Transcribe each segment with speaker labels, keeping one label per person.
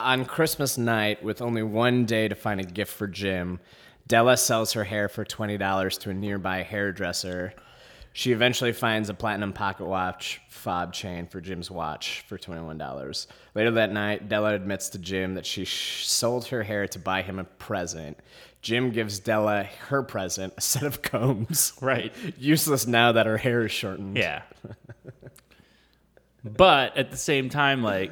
Speaker 1: On Christmas night, with only one day to find a gift for Jim, Della sells her hair for $20 to a nearby hairdresser. She eventually finds a platinum pocket watch fob chain for Jim's watch for $21. Later that night, Della admits to Jim that she sh- sold her hair to buy him a present. Jim gives Della her present, a set of combs.
Speaker 2: Right.
Speaker 1: Useless now that her hair is shortened.
Speaker 2: Yeah. but at the same time, like,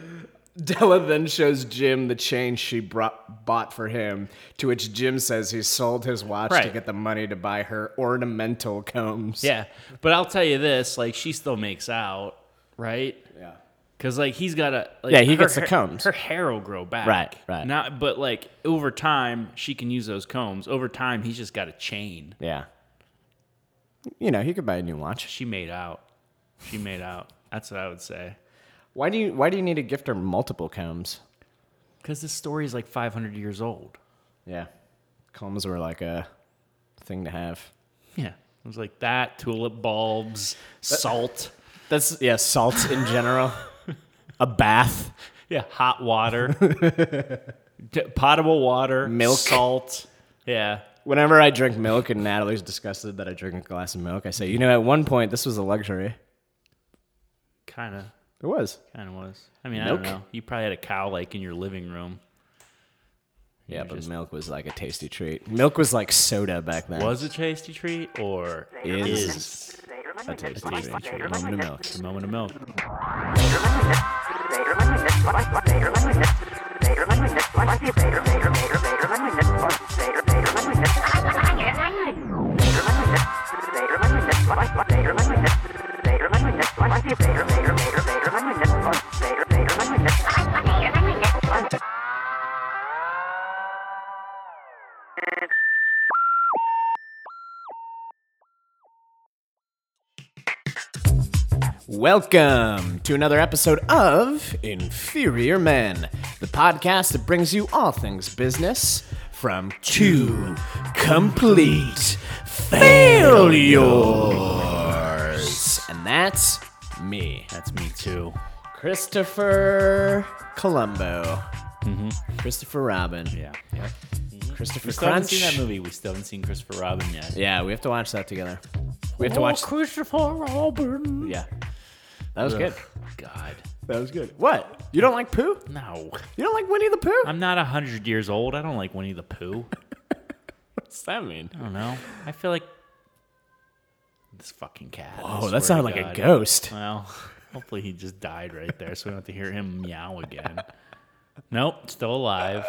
Speaker 1: Della then shows Jim the chain she brought, bought for him, to which Jim says he sold his watch to
Speaker 2: Right.
Speaker 1: get the money to buy her ornamental combs.
Speaker 2: yeah. But I'll tell you this, like, she still makes out, right?
Speaker 1: Yeah.
Speaker 2: Because like he's got a like,
Speaker 1: Yeah, he
Speaker 2: her
Speaker 1: gets the
Speaker 2: hair-
Speaker 1: combs.
Speaker 2: Her hair will grow back.
Speaker 1: Right, right.
Speaker 2: Not, but like over time, she can use those combs. Over time, he's just got a chain.
Speaker 1: Yeah. You know, he could buy a new watch.
Speaker 2: She made out. She made out. That's what I would say.
Speaker 1: Why do you why do you need to gift her multiple combs?
Speaker 2: Because this story is like 500 years old.
Speaker 1: Yeah. Combs were like a thing to have.
Speaker 2: Yeah, it was like that tulip bulbs, salt.
Speaker 1: That's yeah, salt in general. a bath.
Speaker 2: Yeah, hot water, D- potable water,
Speaker 1: Milk.
Speaker 2: salt. Yeah,
Speaker 1: Whenever I drink milk and Natalie's disgusted that I drink a glass of milk, I say, you know, at one point this was a luxury.
Speaker 2: kind of,
Speaker 1: It was.
Speaker 2: kind of was. I mean, I
Speaker 1: Milk?
Speaker 2: don't know. You probably had a cow like in your living room.
Speaker 1: Yeah, but
Speaker 2: just-
Speaker 1: milk was like a tasty treat. Milk was like soda back then.
Speaker 2: Was a tasty treat or
Speaker 1: Is
Speaker 2: is
Speaker 1: a tasty treat. Moment of milk.
Speaker 2: the moment of milk?
Speaker 1: Welcome to another episode of Inferior Men, the podcast that brings you all things business from two complete failures. And that's me,
Speaker 2: That's me too.
Speaker 1: Christopher Columbo. Christopher Robin.
Speaker 2: Mm-hmm. Yeah, yeah.
Speaker 1: Mm-hmm. Christopher
Speaker 2: We still haven't
Speaker 1: Crunch.
Speaker 2: seen that movie. We still haven't seen Christopher Robin yet.
Speaker 1: Yeah, Oh, we have to watch that together. We
Speaker 2: Oh,
Speaker 1: have to watch.
Speaker 2: Christopher Robin.
Speaker 1: Yeah. That was good.
Speaker 2: God,
Speaker 1: That was good. What? You don't like poo?
Speaker 2: no.
Speaker 1: You don't like Winnie the Pooh?
Speaker 2: I'm not hundred years old. I don't like Winnie the Pooh.
Speaker 1: What's that mean?
Speaker 2: I don't know. I feel like this fucking cat. I
Speaker 1: Oh, that
Speaker 2: swear to
Speaker 1: sounded like a
Speaker 2: God.
Speaker 1: ghost.
Speaker 2: Well, hopefully he just died right there, so we don't have to hear him meow again. Nope, still alive.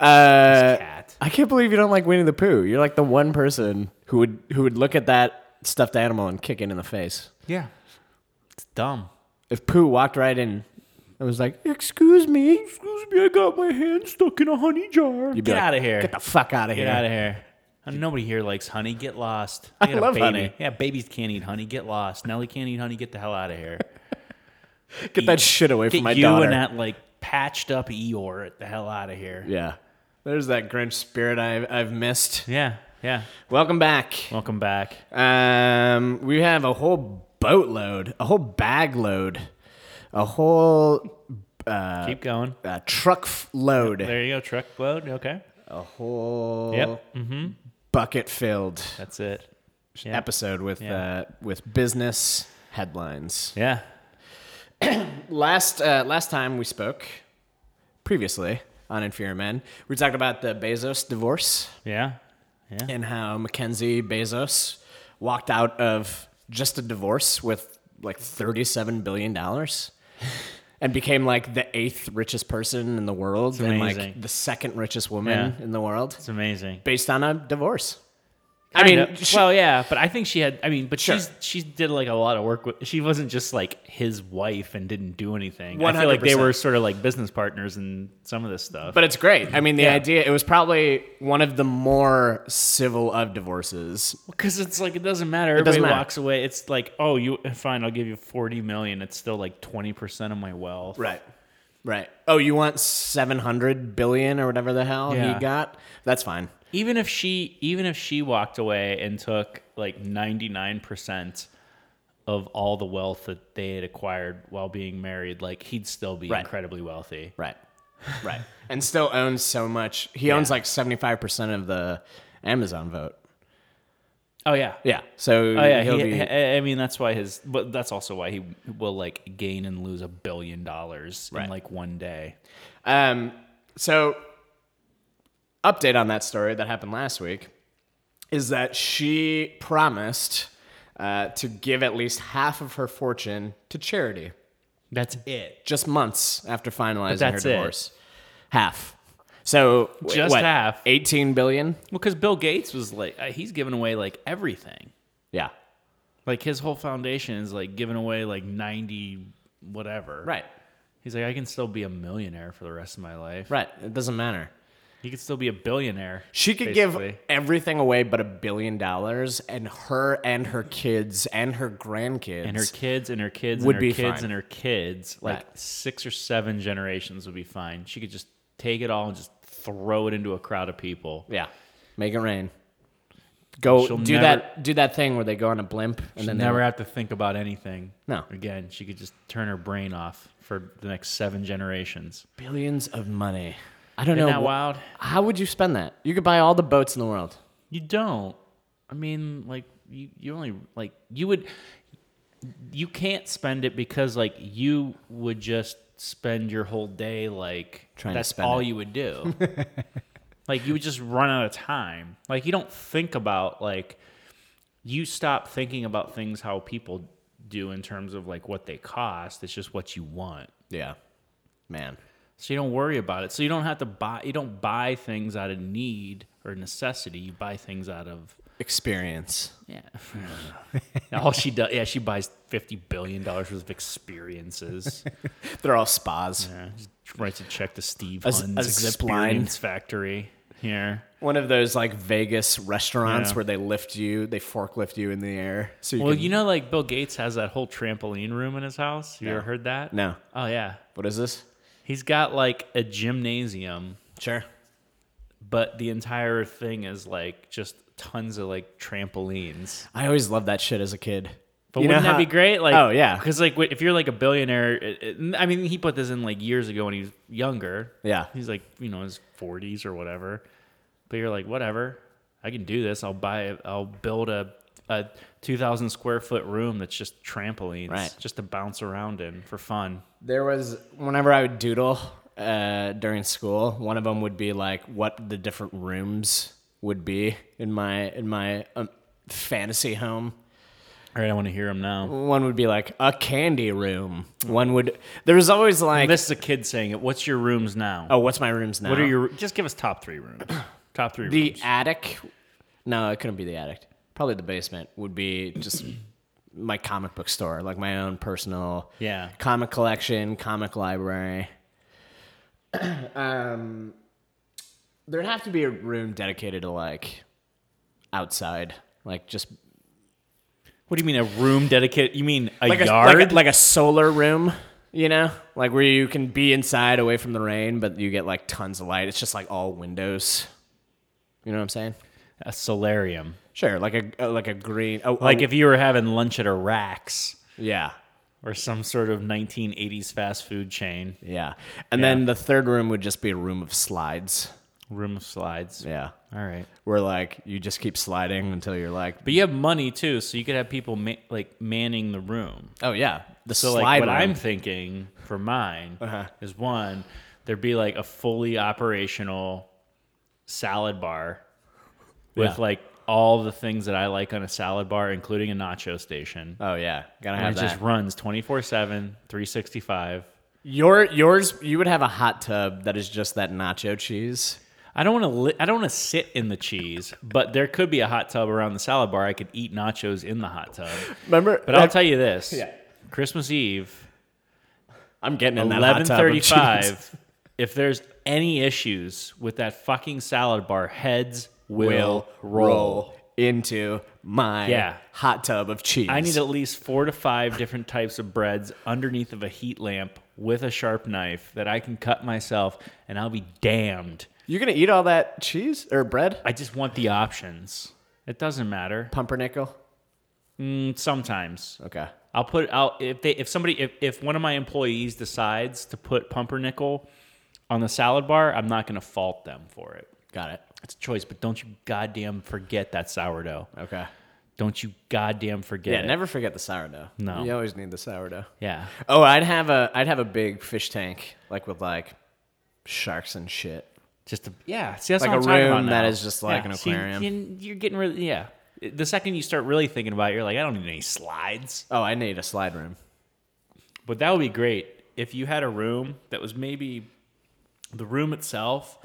Speaker 1: Uh,
Speaker 2: cat.
Speaker 1: I can't believe you don't like Winnie the Pooh. You're like the one person who would who would look at that stuffed animal and kick it in the face.
Speaker 2: Yeah, it's dumb.
Speaker 1: If Pooh walked right in and was like, "Excuse me, excuse me, I got my hand stuck in a honey jar." You'd be
Speaker 2: Get
Speaker 1: like,
Speaker 2: out of here.
Speaker 1: Get the fuck out of
Speaker 2: Get
Speaker 1: here.
Speaker 2: out of here. And Nobody here likes honey. Get lost. I, got a
Speaker 1: love
Speaker 2: baby.
Speaker 1: honey.
Speaker 2: Yeah, babies can't eat honey. Get lost. Nelly can't eat honey. Get the hell out of here.
Speaker 1: Get that shit away
Speaker 2: Get
Speaker 1: from my
Speaker 2: you
Speaker 1: daughter.
Speaker 2: and that like patched up Eeyore the hell out of here.
Speaker 1: yeah. There's that Grinch spirit I've, I've missed.
Speaker 2: Yeah, yeah.
Speaker 1: Welcome back.
Speaker 2: Welcome back.
Speaker 1: Um, we have a whole boatload, a whole bag load, a whole
Speaker 2: Keep going.
Speaker 1: uh, truck f- load,
Speaker 2: There you go. Truck load. Okay.
Speaker 1: a whole
Speaker 2: Yep. Mm,
Speaker 1: bucket filled
Speaker 2: That's it. Yeah.
Speaker 1: episode with
Speaker 2: Yeah.
Speaker 1: uh, with business headlines.
Speaker 2: Yeah.
Speaker 1: Last uh, last time we spoke, previously on Inferior Men, we talked about the Bezos divorce
Speaker 2: Yeah.
Speaker 1: and how Mackenzie Bezos walked out of just a divorce with like thirty-seven billion dollars. And became like the eighth richest person in the world, and like
Speaker 2: amazing.
Speaker 1: the second richest woman
Speaker 2: Yeah.
Speaker 1: in the world.
Speaker 2: It's amazing.
Speaker 1: based on a divorce. I
Speaker 2: Kinda.
Speaker 1: mean, sh-
Speaker 2: well, yeah, but I think she had. I mean, but
Speaker 1: Sure.
Speaker 2: she's she did like a lot of work with. She wasn't just like his wife and didn't do anything. I feel like they
Speaker 1: 100%.
Speaker 2: were sort of like business partners in some of this stuff.
Speaker 1: but it's great. I mean, the
Speaker 2: Yeah.
Speaker 1: idea it was probably one of the more civil of divorces.
Speaker 2: because it's like it doesn't matter.
Speaker 1: doesn't
Speaker 2: Everybody
Speaker 1: matter.
Speaker 2: walks away. It's like, oh, you fine. I'll give you forty million. It's still like twenty percent of my wealth.
Speaker 1: Right. Right. Oh, you want 700 billion or whatever the hell
Speaker 2: Yeah.
Speaker 1: he got? That's fine.
Speaker 2: Even if she, even if she walked away and took like ninety nine percent of all the wealth that they had acquired while being married, like he'd still be
Speaker 1: Right.
Speaker 2: incredibly wealthy.
Speaker 1: Right. Right. and still owns so much. He owns like 75% of the Amazon vote.
Speaker 2: Oh yeah.
Speaker 1: Yeah. So
Speaker 2: Oh yeah,
Speaker 1: he'll
Speaker 2: he,
Speaker 1: be.
Speaker 2: I I mean that's why his, but that's also why he will like gain and lose a billion dollars
Speaker 1: Right.
Speaker 2: in like one day.
Speaker 1: Um, so, update on that story that happened last week is that she promised uh, to give at least half of her fortune to charity
Speaker 2: That's it.
Speaker 1: just months after finalizing her
Speaker 2: that's it.
Speaker 1: divorce. Half. So w-
Speaker 2: Just
Speaker 1: what,
Speaker 2: half.
Speaker 1: Eighteen billion.
Speaker 2: Well, because Bill Gates was like, uh, he's giving away like everything.
Speaker 1: Yeah.
Speaker 2: Like his whole foundation is like giving away like ninety whatever.
Speaker 1: Right.
Speaker 2: He's like, I can still be a millionaire for the rest of my life.
Speaker 1: Right. It doesn't matter.
Speaker 2: He could still be a billionaire.
Speaker 1: She could give
Speaker 2: Basically.
Speaker 1: everything away but a billion dollars, and her and her kids and her grandkids
Speaker 2: and her kids and her kids
Speaker 1: Would
Speaker 2: and her
Speaker 1: be
Speaker 2: kids
Speaker 1: fine.
Speaker 2: and her kids like
Speaker 1: Right.
Speaker 2: six or seven generations would be fine she could just take it all and just throw it into a crowd of people
Speaker 1: Yeah. Make it rain. Go
Speaker 2: She'll
Speaker 1: do
Speaker 2: never-
Speaker 1: that do that thing where they go on a blimp and then
Speaker 2: and
Speaker 1: they
Speaker 2: never have to think about anything
Speaker 1: No.
Speaker 2: again she could just turn her brain off for the next seven generations
Speaker 1: billions of money. I don't
Speaker 2: isn't
Speaker 1: know.
Speaker 2: that
Speaker 1: wh-
Speaker 2: wild
Speaker 1: How would you spend that? You could buy all the boats in the world.
Speaker 2: you don't i mean like you, you only like you would you can't spend it because like you would just spend your whole day like
Speaker 1: Trying to
Speaker 2: that's
Speaker 1: spend
Speaker 2: all
Speaker 1: it.
Speaker 2: you would do like you would just run out of time like you don't think about like you stop thinking about things how people do in terms of like what they cost it's just what you want
Speaker 1: Yeah. Man.
Speaker 2: so you don't worry about it so you don't have to buy you don't buy things out of need or necessity you buy things out of
Speaker 1: Experience.
Speaker 2: yeah. All she does, yeah, she buys fifty billion dollars worth of experiences.
Speaker 1: They're all spas.
Speaker 2: Yeah, just writes a check to Steve
Speaker 1: A s-
Speaker 2: Hunn's
Speaker 1: a zip line.
Speaker 2: Experience Factory here.
Speaker 1: One of those like Vegas restaurants
Speaker 2: Yeah.
Speaker 1: where they lift you, they forklift you in the air. So you
Speaker 2: Well,
Speaker 1: can
Speaker 2: you know, like Bill Gates has that whole trampoline room in his house. You ever heard that?
Speaker 1: No.
Speaker 2: Oh yeah,
Speaker 1: What is this?
Speaker 2: he's got like a gymnasium,
Speaker 1: Sure.
Speaker 2: but the entire thing is like just tons of like trampolines.
Speaker 1: I always loved that shit as a kid.
Speaker 2: But
Speaker 1: You know
Speaker 2: wouldn't
Speaker 1: how-
Speaker 2: that be great? Like,
Speaker 1: Oh, yeah.
Speaker 2: because like if you're like a billionaire, it- it- I mean, he put this in like years ago when he was younger.
Speaker 1: Yeah.
Speaker 2: he's like you know his 40s or whatever. But you're like, whatever, I can do this. I'll buy, I'll build a a 2,000 square foot room that's just trampolines,
Speaker 1: Right.
Speaker 2: just to bounce around in for fun.
Speaker 1: There was whenever I would doodle uh, during school, one of them would be like what the different rooms would be in my in my um, fantasy home.
Speaker 2: All right, I want to hear him now.
Speaker 1: One would be like a candy room. One would there was always like
Speaker 2: This is a kid saying it. What's your rooms now?
Speaker 1: oh what's my rooms now?
Speaker 2: What are your? Just give us top three rooms. top three.
Speaker 1: the
Speaker 2: rooms.
Speaker 1: attic? No, it couldn't be the attic. Probably the basement would be just my comic book store, like my own personal
Speaker 2: Yeah.
Speaker 1: comic collection, comic library. um, there'd have to be a room dedicated to like outside, like just
Speaker 2: What do you mean a room dedicated? You mean a
Speaker 1: like a,
Speaker 2: yard?
Speaker 1: like a like a solar room, you know, like where you can be inside away from the rain, but you get like tons of light. It's just like all windows. You know what I'm saying?
Speaker 2: a solarium.
Speaker 1: Sure, like a, a like a green, oh,
Speaker 2: Like
Speaker 1: oh,
Speaker 2: if you were having lunch at a Rax
Speaker 1: yeah,
Speaker 2: or some sort of 1980s fast food chain,
Speaker 1: yeah. And then the third room would just be a room of slides.
Speaker 2: room of slides.
Speaker 1: Yeah,
Speaker 2: All right.
Speaker 1: where like you just keep sliding until you're like
Speaker 2: But you have money too, so you could have people ma- like manning the room.
Speaker 1: Oh yeah, the
Speaker 2: So
Speaker 1: slide
Speaker 2: like what
Speaker 1: room.
Speaker 2: I'm thinking for mine
Speaker 1: Uh-huh.
Speaker 2: is one, there'd be like a fully operational salad bar with
Speaker 1: Yeah.
Speaker 2: like all the things that I like on a salad bar, including a nacho station.
Speaker 1: Oh yeah, gotta
Speaker 2: and
Speaker 1: have
Speaker 2: it
Speaker 1: that.
Speaker 2: just runs 24 7, 365.
Speaker 1: Your yours, you would have a hot tub that is just that nacho cheese.
Speaker 2: I don't want to. Li- I don't want to sit in the cheese, but there could be a hot tub around the salad bar. I could eat nachos in the hot tub.
Speaker 1: Remember,
Speaker 2: But I'll tell you this:
Speaker 1: Yeah.
Speaker 2: Christmas Eve,
Speaker 1: I'm getting in that hot
Speaker 2: eleven
Speaker 1: tub of cheese.
Speaker 2: thirty-five. If there's any issues with that fucking salad bar, heads will,
Speaker 1: Will
Speaker 2: roll.
Speaker 1: roll into my
Speaker 2: Yeah.
Speaker 1: hot tub of cheese.
Speaker 2: I need at least four to five different types of breads underneath of a heat lamp with a sharp knife that I can cut myself, and I'll be damned.
Speaker 1: You're gonna eat all that cheese or bread?
Speaker 2: I just want the options. It doesn't matter.
Speaker 1: Pumpernickel.
Speaker 2: Mm, sometimes.
Speaker 1: Okay.
Speaker 2: I'll put I'll if they if somebody if, if one of my employees decides to put pumpernickel on the salad bar, I'm not going to fault them for it.
Speaker 1: Got it.
Speaker 2: It's a choice, but don't you goddamn forget that sourdough.
Speaker 1: Okay.
Speaker 2: Don't you goddamn forget
Speaker 1: Yeah,
Speaker 2: it.
Speaker 1: never forget the sourdough.
Speaker 2: No.
Speaker 1: you always need the sourdough.
Speaker 2: Yeah.
Speaker 1: Oh, I'd have a I'd have a big fish tank like with like sharks and shit.
Speaker 2: Just a, yeah. See, that's
Speaker 1: Like
Speaker 2: what
Speaker 1: a
Speaker 2: I'm talking
Speaker 1: room
Speaker 2: about
Speaker 1: that
Speaker 2: now.
Speaker 1: is just like
Speaker 2: Yeah,
Speaker 1: an
Speaker 2: see,
Speaker 1: aquarium.
Speaker 2: you- you're getting rid. Yeah. The second you start really thinking about it, you're like, I don't need any slides.
Speaker 1: Oh, I need a slide room.
Speaker 2: But that would be great if you had a room that was maybe the room itself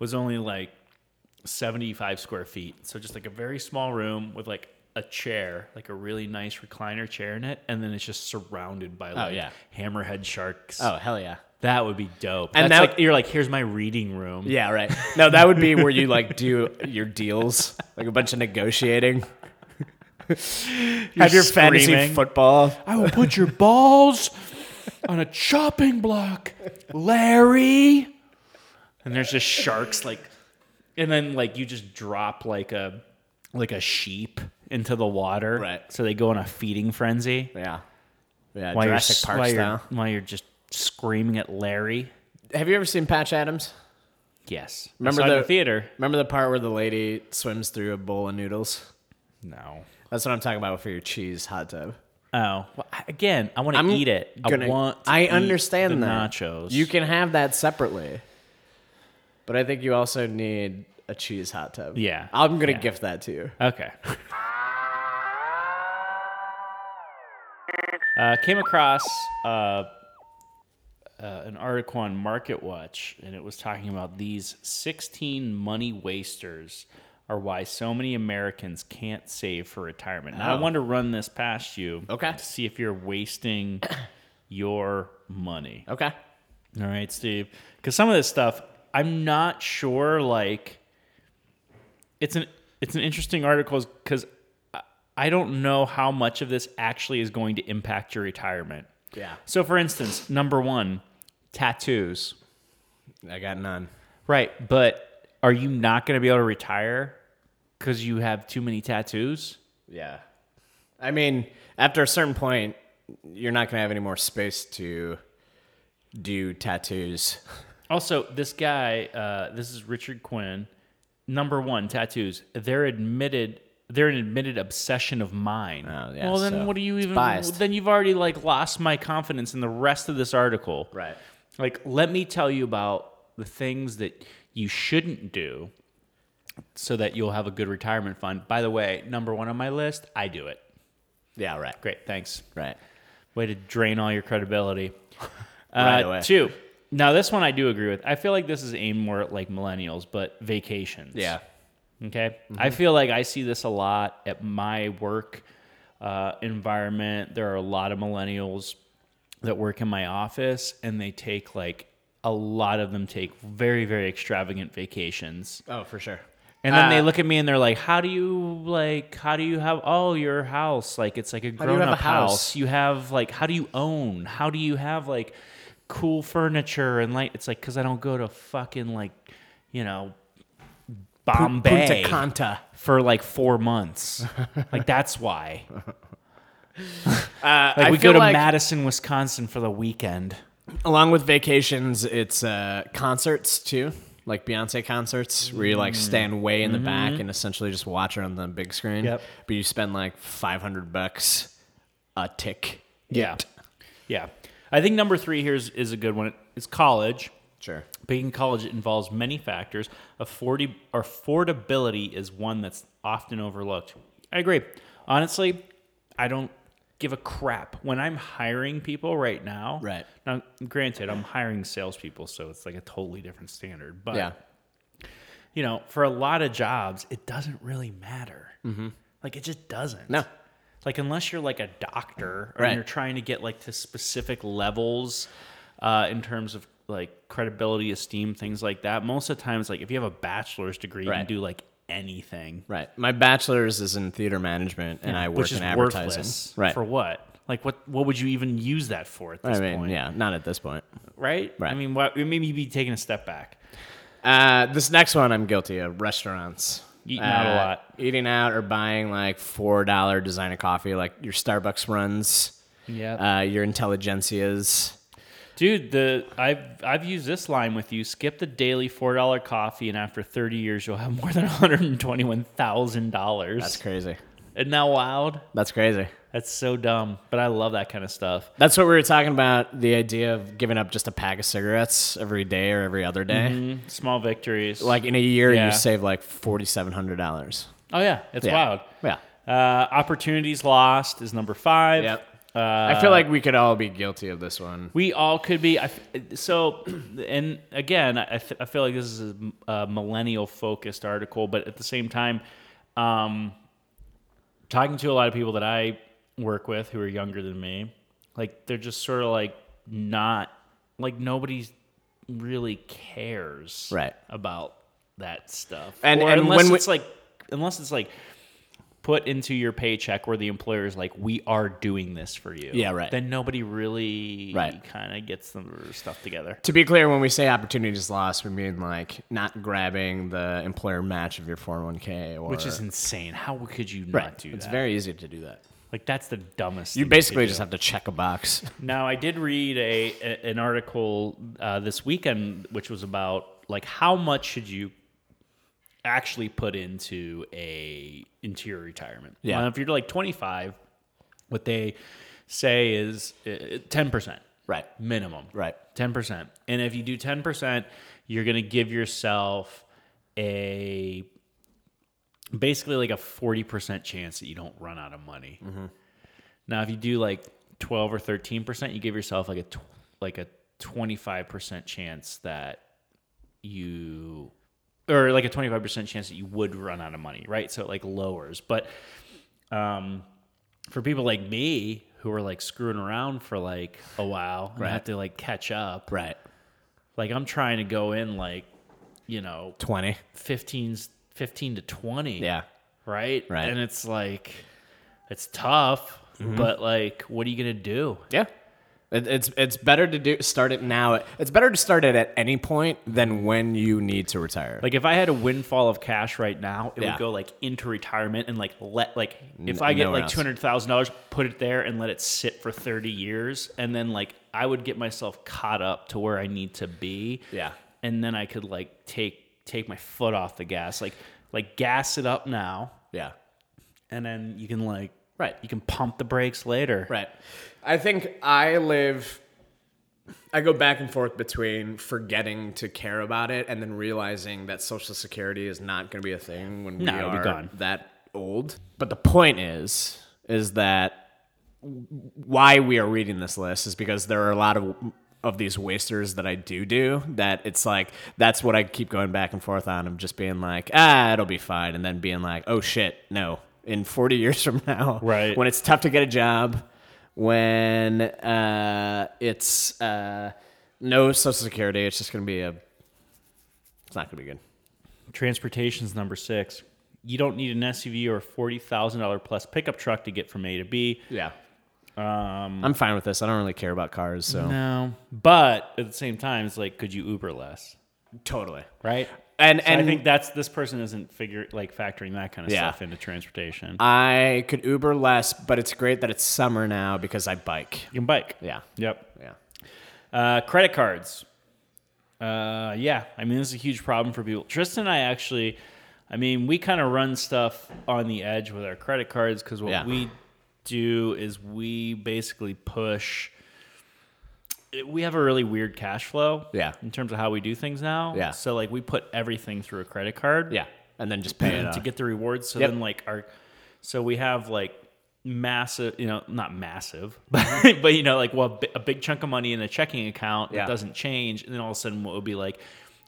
Speaker 2: was only like 75 square feet. So just like a very small room with like a chair, like a really nice recliner chair in it, and then it's just surrounded by like
Speaker 1: Oh, yeah.
Speaker 2: hammerhead sharks.
Speaker 1: Oh, hell yeah.
Speaker 2: That would be dope.
Speaker 1: And
Speaker 2: And
Speaker 1: that-
Speaker 2: That's like you're like, here's my reading room.
Speaker 1: Yeah, right. No, that would be where you like do your deals, like a bunch of negotiating. have your fantasy
Speaker 2: screaming.
Speaker 1: football.
Speaker 2: I will put your balls on a chopping block, Larry. And there's just sharks like and then like you just drop like a like a sheep into the water.
Speaker 1: Right.
Speaker 2: So they go on a feeding frenzy.
Speaker 1: Yeah. Yeah,
Speaker 2: While
Speaker 1: Jurassic
Speaker 2: you're,
Speaker 1: Park
Speaker 2: while
Speaker 1: style.
Speaker 2: You're, while you're just screaming at Larry.
Speaker 1: Have you ever seen Patch Adams?
Speaker 2: Yes.
Speaker 1: Remember
Speaker 2: I saw it in
Speaker 1: the-
Speaker 2: the theater?
Speaker 1: Remember the part where the lady swims through a bowl of noodles?
Speaker 2: No.
Speaker 1: That's what I'm talking about for your cheese hot tub.
Speaker 2: Oh. Well, I- again, I want
Speaker 1: I'm
Speaker 2: to eat it.
Speaker 1: gonna-
Speaker 2: I want to
Speaker 1: I
Speaker 2: eat
Speaker 1: understand
Speaker 2: the
Speaker 1: that.
Speaker 2: nachos.
Speaker 1: You can have that separately. But I think you also need a cheese hot tub.
Speaker 2: Yeah.
Speaker 1: I'm going to
Speaker 2: Yeah.
Speaker 1: gift that to you.
Speaker 2: Okay. uh, came across uh, uh, an article on Market Watch, and it was talking about these 16 money wasters are why so many Americans can't save for retirement. Now, I
Speaker 1: Oh.
Speaker 2: want to run this past you
Speaker 1: Okay.
Speaker 2: to see if you're wasting your money.
Speaker 1: Okay.
Speaker 2: All right, Steve. Because some of this stuff, I'm not sure. Like, it's an it's an interesting article because I don't know how much of this actually is going to impact your retirement.
Speaker 1: Yeah.
Speaker 2: So, for instance, number one, tattoos.
Speaker 1: I got none.
Speaker 2: Right, but are you not going to be able to retire because you have too many tattoos?
Speaker 1: Yeah. I mean, after a certain point, you're not going to have any more space to do tattoos.
Speaker 2: Also, this guy, uh, this is Richard Quinn. Number one, tattoos. They're admitted. They're an admitted obsession of mine.
Speaker 1: Oh, yeah,
Speaker 2: well, then
Speaker 1: so
Speaker 2: what do you
Speaker 1: it's
Speaker 2: even?
Speaker 1: biased.
Speaker 2: Then you've already like lost my confidence in the rest of this article. Like, let me tell you about the things that you shouldn't do, so that you'll have a good retirement fund. By the way, number one on my list, I do it.
Speaker 1: Yeah, right.
Speaker 2: Great, thanks.
Speaker 1: Right.
Speaker 2: Way to drain all your credibility.
Speaker 1: Right
Speaker 2: uh,
Speaker 1: away.
Speaker 2: Two. Now this one I do agree with. I feel like this is aimed more at like millennials, but vacations.
Speaker 1: Yeah. Mm-hmm.
Speaker 2: Okay. I feel like I see this a lot at my work uh, environment. There are a lot of millennials that work in my office, and they take like a lot of them take very very extravagant vacations.
Speaker 1: Oh, for sure.
Speaker 2: And then
Speaker 1: Uh,
Speaker 2: they look at me and they're like, "How do you like? How do you have? Oh, your house like it's like a
Speaker 1: do you
Speaker 2: grown
Speaker 1: have a
Speaker 2: up house.
Speaker 1: house?
Speaker 2: You have like how do you own? How do you have like cool furniture and like it's like because I don't go to fucking like you know Bombay
Speaker 1: Punta Canta.
Speaker 2: for like four months. like that's why.
Speaker 1: Uh,
Speaker 2: Like
Speaker 1: I
Speaker 2: we
Speaker 1: feel
Speaker 2: go to
Speaker 1: like
Speaker 2: Madison, Wisconsin for the weekend.
Speaker 1: along with vacations, it's uh, concerts too, like Beyonce concerts, where you like stand way in the back and essentially just watch her on the big screen.
Speaker 2: Yep.
Speaker 1: But you spend like five hundred bucks a tick.
Speaker 2: Yeah, yeah. I think number three here is, is a good one. It's college.
Speaker 1: Sure.
Speaker 2: Being in college involves many factors. Affordi- affordability is one that's often overlooked. I agree. Honestly, I don't give a crap when I'm hiring people right now.
Speaker 1: Right.
Speaker 2: Now, granted, I'm hiring salespeople, so it's like a totally different standard. But
Speaker 1: Yeah.
Speaker 2: you know, for a lot of jobs, it doesn't really matter. Mm-hmm. Like it just doesn't.
Speaker 1: No.
Speaker 2: Like unless you're like a doctor or
Speaker 1: Right.
Speaker 2: you're trying to get like to specific levels uh, in terms of like credibility, esteem, things like that. Most of the times, like if you have a bachelor's degree, you
Speaker 1: Right.
Speaker 2: can do like anything,
Speaker 1: Right. My bachelor's is in theater management, and I work
Speaker 2: which is
Speaker 1: in advertising.
Speaker 2: worthless.
Speaker 1: Right.
Speaker 2: For what? Like what? What would you even use that for at this
Speaker 1: I mean,
Speaker 2: point?
Speaker 1: yeah, not at this point.
Speaker 2: Right?
Speaker 1: Right.
Speaker 2: I mean, what, maybe you'd be taking a step back.
Speaker 1: Uh, this next one I'm guilty of restaurants.
Speaker 2: Eating out a
Speaker 1: Uh,
Speaker 2: lot.
Speaker 1: Eating out or buying like $4 designer coffee, like your Starbucks runs,
Speaker 2: Yeah.
Speaker 1: uh, your intelligentsias.
Speaker 2: Dude, the I've I've used this line with you. Skip the daily four dollar coffee, and after thirty years, you'll have more than one hundred and twenty one
Speaker 1: That's
Speaker 2: thousand dollars.
Speaker 1: crazy.
Speaker 2: Isn't that wild?
Speaker 1: That's crazy.
Speaker 2: That's so dumb, but I love that kind of stuff.
Speaker 1: That's what we were talking about the idea of giving up just a pack of cigarettes every day or every other day.
Speaker 2: Mm, Small victories,
Speaker 1: Like in a year,
Speaker 2: Yeah.
Speaker 1: you save like $4,700.
Speaker 2: oh yeah, it's
Speaker 1: Yeah.
Speaker 2: wild.
Speaker 1: Yeah.
Speaker 2: Uh, opportunities lost is number five.
Speaker 1: Yep.
Speaker 2: Uh,
Speaker 1: I feel like we could all be guilty of this one.
Speaker 2: we all could be. I f so, and again, I, f- I feel like this is a, millennial focused article, but at the same time, um, talking to a lot of people that I work with who are younger than me, like they're just sort of like not like nobody really cares
Speaker 1: Right.
Speaker 2: about that stuff.
Speaker 1: And-
Speaker 2: Or
Speaker 1: and
Speaker 2: unless
Speaker 1: when we-
Speaker 2: it's like unless it's like put into your paycheck where the employer is like, we are doing this for you.
Speaker 1: Yeah, right.
Speaker 2: Then nobody really
Speaker 1: Right.
Speaker 2: kind of gets their stuff together.
Speaker 1: To be clear, when we say opportunities lost, we mean like not grabbing the employer match of your 401k or.
Speaker 2: Which is insane. How could you not
Speaker 1: right.
Speaker 2: do
Speaker 1: It's
Speaker 2: that?
Speaker 1: very easy to do that.
Speaker 2: like that's the dumbest.
Speaker 1: You
Speaker 2: thing could
Speaker 1: basically
Speaker 2: do.
Speaker 1: just have to check a box.
Speaker 2: Now, I did read a, a- an article uh, this weekend, which was about like how much should you actually put into a into your retirement.
Speaker 1: Yeah.
Speaker 2: Now, if you're like 25, what they say is uh, ten percent
Speaker 1: Right.
Speaker 2: minimum.
Speaker 1: Right.
Speaker 2: Ten percent, and if you do ten percent, you're gonna give yourself a basically like a 40% chance that you don't run out of money. Now, if you do like 12 or 13%, you give yourself like a tw- like a 25% chance that you or like a 25% chance that you would run out of money, right? So it like lowers. But um for people like me who are like screwing around for like a while and
Speaker 1: Right.
Speaker 2: have to like catch up,
Speaker 1: Right.
Speaker 2: like I'm trying to go in like, you know,
Speaker 1: 20.
Speaker 2: 15 15 to 20
Speaker 1: Yeah.
Speaker 2: right?
Speaker 1: Right. Mm-hmm.
Speaker 2: And it's like, it's tough, but like, what are you gonna do?
Speaker 1: Yeah. It, it's it's better to do start it now. It's better to start it at any point than when you need to retire.
Speaker 2: Like, if I had a windfall of cash right now, it
Speaker 1: Yeah.
Speaker 2: would go like into retirement and like let like if I get
Speaker 1: nowhere
Speaker 2: like
Speaker 1: else.
Speaker 2: two hundred thousand dollars, put it there and let it sit for thirty years, and then like I would get myself caught up to where I need to be.
Speaker 1: Yeah.
Speaker 2: And then I could like take take my foot off the gas, like like gas it up now,
Speaker 1: yeah.
Speaker 2: and then you can like
Speaker 1: Right.
Speaker 2: you can pump the brakes later.
Speaker 1: Right. I think I live I go back and forth between forgetting to care about it and then realizing that social security is not going to be a thing when we
Speaker 2: No, it'll
Speaker 1: are
Speaker 2: be gone.
Speaker 1: that old. But the point is is that why we are reading this list is because there are a lot of of these wasters that I do do that it's like that's what I keep going back and forth on of just being like ah it'll be fine and then being like oh shit no in 40 years from now
Speaker 2: Right.
Speaker 1: when it's tough to get a job when uh, it's uh, no social security it's just gonna be a it's not gonna be good
Speaker 2: Transportation's number six. You don't need an SUV or a forty thousand dollar plus pickup truck to get from A to B.
Speaker 1: yeah um, I'm fine with this I don't really care about cars so
Speaker 2: No, but at the same time, it's like, could you Uber less?
Speaker 1: totally
Speaker 2: Right.
Speaker 1: and
Speaker 2: And
Speaker 1: and
Speaker 2: I think that's this person isn't figure like factoring that kind of
Speaker 1: Yeah.
Speaker 2: stuff into transportation.
Speaker 1: I could Uber less, but it's great that it's summer now because I bike.
Speaker 2: you can bike.
Speaker 1: Yeah.
Speaker 2: Yep.
Speaker 1: Yeah.
Speaker 2: Uh, credit cards. Uh, yeah, I mean this is a huge problem for people. Tristan and I actually, I mean we kind of run stuff on the edge with our credit cards because what
Speaker 1: Yeah.
Speaker 2: we do is we basically push. We have a really weird cash flow.
Speaker 1: Yeah.
Speaker 2: In terms of how we do things now.
Speaker 1: Yeah.
Speaker 2: So like we put everything through a credit card.
Speaker 1: Yeah. And then just pay it
Speaker 2: To
Speaker 1: off.
Speaker 2: get the rewards. So
Speaker 1: Yep.
Speaker 2: then like our, so we have like massive, you know, not massive, but, but you know, like well, a big chunk of money in a checking account
Speaker 1: Yeah.
Speaker 2: that doesn't change, and then all of a sudden it would be like.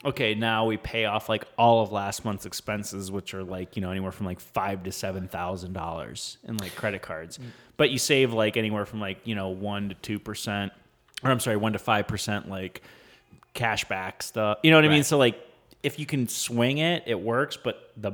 Speaker 2: Okay, now we pay off like all of last month's expenses, which are like you know anywhere from like five to seven thousand dollars in like credit cards.
Speaker 1: Mm.
Speaker 2: But you save like anywhere from like you know one to two percent, or I'm sorry, one to five percent like cashback stuff. You know what I mean? So like if you can swing it, it works, but the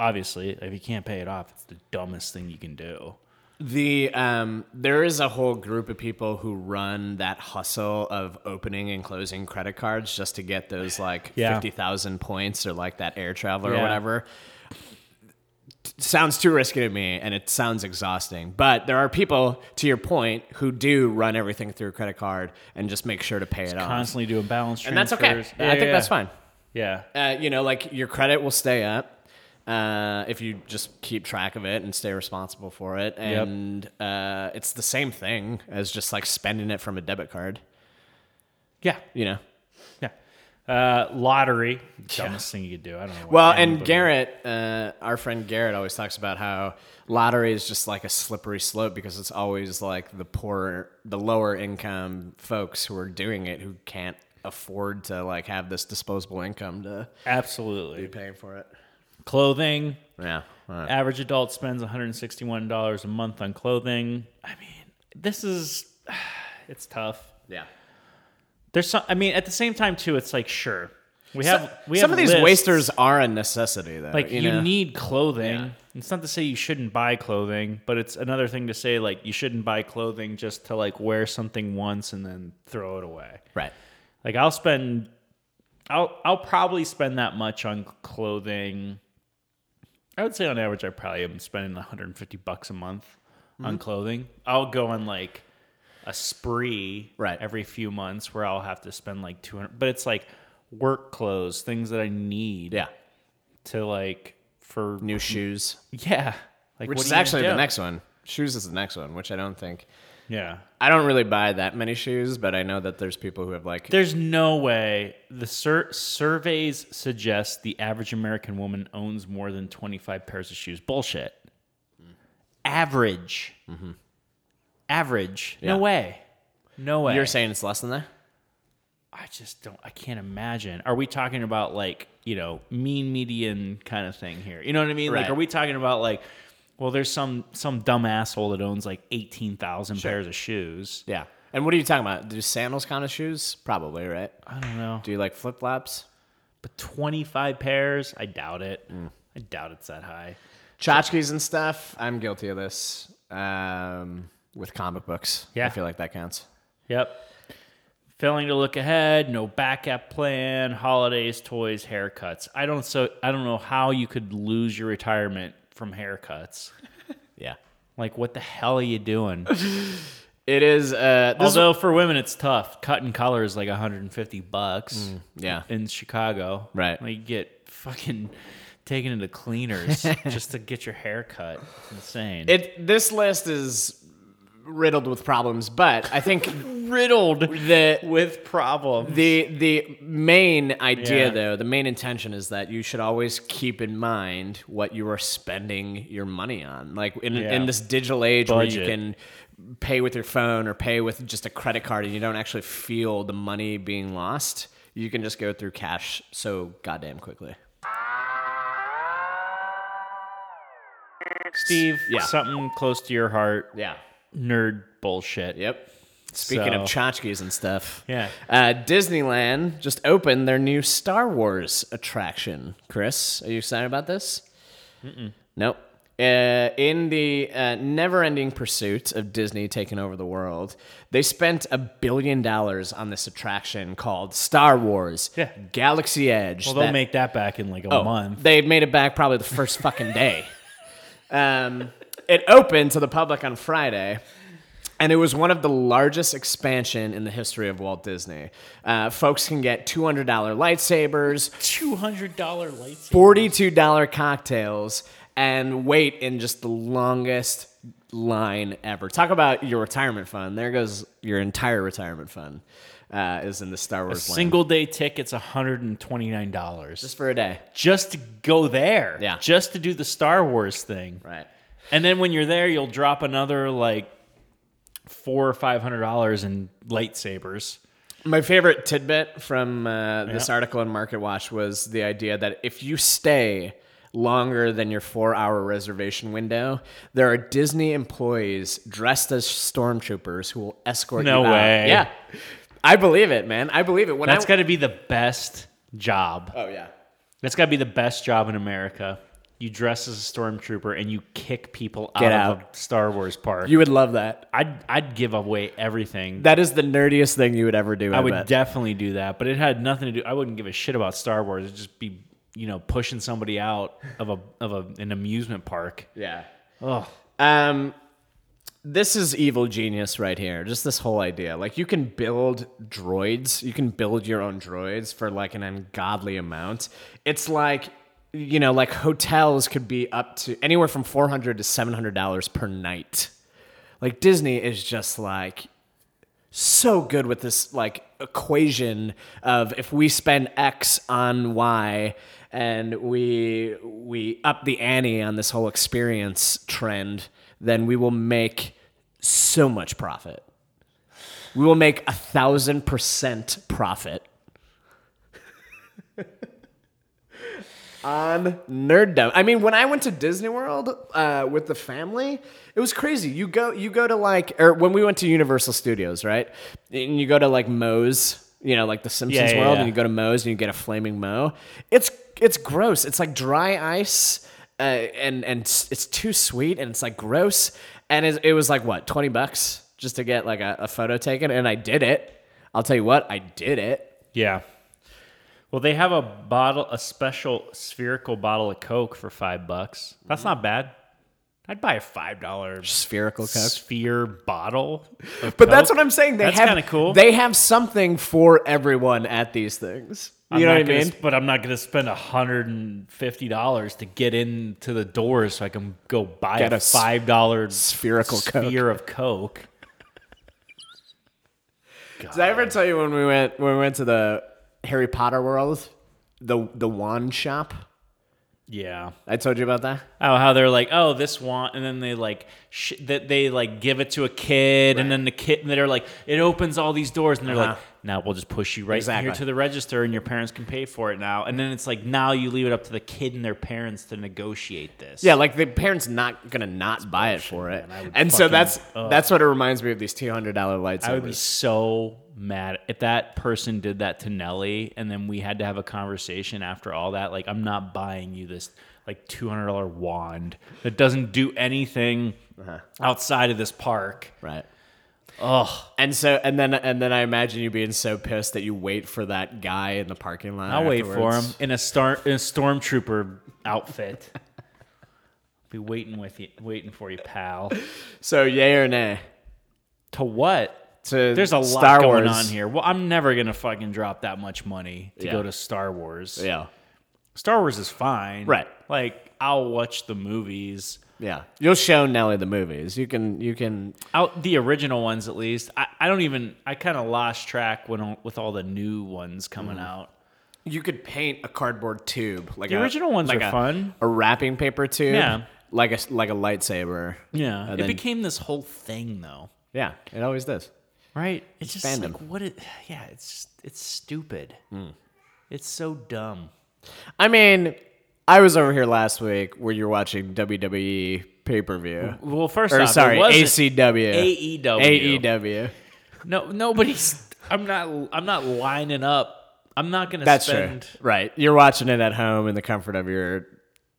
Speaker 2: obviously if you can't pay it off, it's the dumbest thing you can do.
Speaker 1: The um there is a whole group of people who run that hustle of opening and closing credit cards just to get those like
Speaker 2: Yeah.
Speaker 1: fifty thousand points or like that air traveler or
Speaker 2: Yeah.
Speaker 1: whatever. sounds too risky to me and it sounds exhausting. But there are people, to your point, who do run everything through a credit card and just make sure to pay it off.
Speaker 2: Constantly doing balance transfers.
Speaker 1: Uh-huh. And that's okay.
Speaker 2: Yeah,
Speaker 1: I think
Speaker 2: yeah,
Speaker 1: that's
Speaker 2: yeah.
Speaker 1: fine.
Speaker 2: Yeah.
Speaker 1: Uh, you know, like your credit will stay up uh, if you just keep track of it and stay responsible for it. And uh, it's the same thing as just like spending it from a debit card,
Speaker 2: Yeah.
Speaker 1: you know?
Speaker 2: Yeah. Uh, lottery. Dumbest thing you could do. I don't know. why
Speaker 1: Well, and
Speaker 2: anybody-
Speaker 1: Garrett, uh, our friend Garrett, always talks about how lottery is just like a slippery slope because it's always like the poorer, the lower income folks who are doing it who can't afford to like have this disposable income to
Speaker 2: Absolutely.
Speaker 1: be paying for it.
Speaker 2: Clothing.
Speaker 1: Yeah. All right.
Speaker 2: Average adult spends $161 a month on clothing. I mean, this is, it's tough.
Speaker 1: Yeah.
Speaker 2: There's some, I mean, at the same time, too, it's like, sure. We have, we have
Speaker 1: some of these
Speaker 2: lists.
Speaker 1: wasters are a necessity though.
Speaker 2: Like, you,
Speaker 1: know?
Speaker 2: need clothing.
Speaker 1: Yeah.
Speaker 2: It's not to say you shouldn't buy clothing, but it's another thing to say, like, you shouldn't buy clothing just to, like, wear something once and then throw it away.
Speaker 1: right.
Speaker 2: Like I'll spend I'll I'll probably spend that much on clothing. I would say on average I probably am spending 150 bucks a month
Speaker 1: Mm-hmm.
Speaker 2: on clothing. I'll go on like a spree
Speaker 1: Right.
Speaker 2: every few months where I'll have to spend like 200 but it's like work clothes, things that I need
Speaker 1: Yeah.
Speaker 2: to like for
Speaker 1: New shoes,
Speaker 2: yeah. Like
Speaker 1: which
Speaker 2: what
Speaker 1: is
Speaker 2: are you gonna
Speaker 1: actually the
Speaker 2: do?
Speaker 1: next one. Shoes is the next one, which I don't think
Speaker 2: Yeah.
Speaker 1: I don't really buy that many shoes, but I know that there's people who have like
Speaker 2: There's no way the sur- surveys suggest the average American woman owns more than 25 pairs of shoes. Bullshit. Average. Average. No
Speaker 1: Mm-hmm. Yeah.
Speaker 2: way. No way.
Speaker 1: You're saying it's less than that?
Speaker 2: I just don't. I can't imagine. Are we talking about like you know mean median kind of thing here? You know what I mean? Like,
Speaker 1: Right.
Speaker 2: are we talking about like, well, there's some some dumb asshole that owns like 18,000 pairs of shoes.
Speaker 1: Yeah. And what are you talking about? Do sandals count as shoes? Probably, right?
Speaker 2: I don't know.
Speaker 1: Do you like flip flops?
Speaker 2: But 25 pairs? I doubt it. I doubt it's that high.
Speaker 1: Tchotchkes and stuff. I'm guilty of this um, with comic books.
Speaker 2: Yeah.
Speaker 1: I feel like that counts.
Speaker 2: Yep. Failing to look ahead, no backup plan, holidays, toys, haircuts. I don't so I don't know how you could lose your retirement from haircuts.
Speaker 1: Yeah.
Speaker 2: Like what the hell are you doing?
Speaker 1: It is. Uh, this
Speaker 2: Although for women it's tough. Cut and color is like 150 bucks
Speaker 1: yeah.
Speaker 2: in Chicago.
Speaker 1: Right.
Speaker 2: Like you get fucking taken into cleaners just to get your hair cut. It's insane.
Speaker 1: It this list is riddled with problems, but I think
Speaker 2: riddled
Speaker 1: the
Speaker 2: with problems.
Speaker 1: the the main idea
Speaker 2: Yeah.
Speaker 1: though the main intention is that you should always keep in mind what you are spending your money on like in,
Speaker 2: Yeah.
Speaker 1: in this digital age where
Speaker 2: Budget.
Speaker 1: you can pay with your phone or pay with just a credit card and you don't actually feel the money being lost you can just go through cash so goddamn quickly
Speaker 2: Steve,
Speaker 1: Yeah.
Speaker 2: something close to your heart.
Speaker 1: yeah
Speaker 2: Nerd bullshit.
Speaker 1: yep speaking of
Speaker 2: So-
Speaker 1: tchotchkes and stuff
Speaker 2: Yeah.
Speaker 1: uh, disneyland just opened their new star wars attraction chris are you excited about this Nope. Uh, in the uh, never-ending pursuit of Disney taking over the world, they spent a billion dollars on this attraction called Star Wars:
Speaker 2: Yeah.
Speaker 1: Galaxy Edge.
Speaker 2: Well, they'll
Speaker 1: that-
Speaker 2: make that back in like a month.
Speaker 1: Oh. they made it back probably the first fucking day. Um, it opened to the public on Friday. And it was one of the largest expansion in the history of Walt Disney. Uh, folks can get two hundred dollar lightsabers,
Speaker 2: Two hundred dollar lightsaber.
Speaker 1: forty-two dollar cocktails and wait in just the longest line ever. Talk about your retirement fund. There goes your entire retirement fund uh, is in the Star Wars land.
Speaker 2: Single day tickets, one hundred and twenty nine dollars
Speaker 1: just for a day,
Speaker 2: just to go there.
Speaker 1: Yeah.
Speaker 2: Just to do the Star Wars thing,
Speaker 1: right?
Speaker 2: and then when you're there, you'll drop another like four or five hundred dollars in lightsabers.
Speaker 1: My favorite tidbit from uh, this
Speaker 2: Yeah.
Speaker 1: article in Market Watch was the idea that if you stay longer than your four hour reservation window, there are Disney employees dressed as stormtroopers who will escort
Speaker 2: No
Speaker 1: you out.
Speaker 2: way.
Speaker 1: Yeah. I believe it, man. I believe it. When
Speaker 2: That's
Speaker 1: I,
Speaker 2: got to be the best job.
Speaker 1: Oh yeah.
Speaker 2: That's got to be the best job in America. You dress as a stormtrooper and you kick people out,
Speaker 1: Get
Speaker 2: of a Star Wars park.
Speaker 1: You would love that.
Speaker 2: I'd I'd give away everything.
Speaker 1: That is the nerdiest thing you would ever do. I,
Speaker 2: I would
Speaker 1: bet.
Speaker 2: definitely do that, but it had nothing to do. I wouldn't give a shit about Star Wars. It'd just be you know, pushing somebody out of a of a, an amusement park.
Speaker 1: Yeah.
Speaker 2: Oh,
Speaker 1: Um, this is evil genius right here. Just this whole idea. Like you can build droids. You can build your own droids for like an ungodly amount. It's like you know, like hotels could be up to anywhere from four hundred to seven hundred dollars per night. Like Disney is just like so good with this like equation of if we spend x on y and we we up the ante on this whole experience trend then we will make so much profit we will make a thousand percent profit on nerddom. I mean, when I went to Disney World uh, with the family, it was crazy. You go, you go to like, or when we went to Universal Studios, right? And you go to like Moe's, you know, like the Simpsons
Speaker 2: yeah,
Speaker 1: world,
Speaker 2: yeah.
Speaker 1: and you go to Moe's and you get a flaming Moe. It's it's gross. It's like dry ice, uh, and and s- it's too sweet, and it's like gross. And it, it was like what twenty bucks just to get like a, a photo taken, and I did it. I'll tell you what, I did it.
Speaker 2: yeah. Well, they have a bottle, a special spherical bottle of Coke for five bucks. That's not bad. I'd buy a five dollar
Speaker 1: Spherical cup.
Speaker 2: sphere bottle. of
Speaker 1: But that's
Speaker 2: Coke.
Speaker 1: what I'm saying. They
Speaker 2: That's
Speaker 1: have
Speaker 2: kinda cool.
Speaker 1: They have something for everyone at these things. You
Speaker 2: I'm
Speaker 1: know
Speaker 2: not
Speaker 1: what I
Speaker 2: gonna
Speaker 1: mean?
Speaker 2: s- But I'm not going to spend hundred and fifty dollars to get into the doors so I can go buy
Speaker 1: Get
Speaker 2: a
Speaker 1: a s-
Speaker 2: five dollar
Speaker 1: spherical Coke.
Speaker 2: sphere of Coke.
Speaker 1: Did I ever tell you when we went when we went to the Harry Potter world, the the wand shop?
Speaker 2: Yeah.
Speaker 1: I told you about that.
Speaker 2: Oh, how they're like, oh, this wand, and then they like sh- that they like give it to a kid, and then the kid, and they're like, it opens all these doors, and they're like,
Speaker 1: Uh-huh.
Speaker 2: now we'll just push you right
Speaker 1: Exactly.
Speaker 2: here to the register, and your parents can pay for it now, and then it's like now you leave it up to the kid and their parents to negotiate this.
Speaker 1: Yeah, like the parents not gonna not buy it for it,
Speaker 2: man. I would
Speaker 1: and so
Speaker 2: fucking-
Speaker 1: that's that's what it reminds me of these two hundred dollar lights.
Speaker 2: I would be so mad if that person did that to Nelly, and then we had to have a conversation after all that. Like, I'm not buying you this like two hundred dollar wand that doesn't do anything outside of this park.
Speaker 1: right.
Speaker 2: Ugh.
Speaker 1: And so and then and then I imagine you being so pissed that you wait for that guy in the parking lot.
Speaker 2: I'll wait for him
Speaker 1: afterwards.
Speaker 2: in a star in a stormtrooper outfit. Be waiting with you, waiting for you, pal.
Speaker 1: So yay or nay?
Speaker 2: To what?
Speaker 1: To
Speaker 2: There's a
Speaker 1: Star
Speaker 2: lot going
Speaker 1: Wars.
Speaker 2: on here. Well, I'm never gonna fucking drop that much money to
Speaker 1: Yeah.
Speaker 2: go to Star Wars.
Speaker 1: Yeah.
Speaker 2: Star Wars is fine,
Speaker 1: Right.
Speaker 2: Like I'll watch the movies,
Speaker 1: Yeah, you'll show Nelly the movies. You can, you can.
Speaker 2: out the original ones at least. I, I don't even. I kind of lost track when all- with all the new ones coming out.
Speaker 1: You could paint a cardboard tube. Like
Speaker 2: The
Speaker 1: a-
Speaker 2: original ones
Speaker 1: like
Speaker 2: are
Speaker 1: a,
Speaker 2: fun.
Speaker 1: A wrapping paper tube.
Speaker 2: Yeah.
Speaker 1: Like a like a lightsaber.
Speaker 2: Yeah,
Speaker 1: And
Speaker 2: it
Speaker 1: then-
Speaker 2: became this whole thing though.
Speaker 1: Yeah, it always does.
Speaker 2: Right? It's just
Speaker 1: fandom.
Speaker 2: like what it yeah, it's just, it's stupid. It's so dumb.
Speaker 1: I mean, I was over here last week where you're watching WWE pay per view.
Speaker 2: Well, first
Speaker 1: Or
Speaker 2: off,
Speaker 1: sorry,
Speaker 2: it wasn't E
Speaker 1: ACW. E
Speaker 2: AEW.
Speaker 1: AEW.
Speaker 2: No, nobody's I'm not I'm not lining up. I'm not going to
Speaker 1: That's
Speaker 2: spend
Speaker 1: true. Right. You're watching it at home in the comfort of your.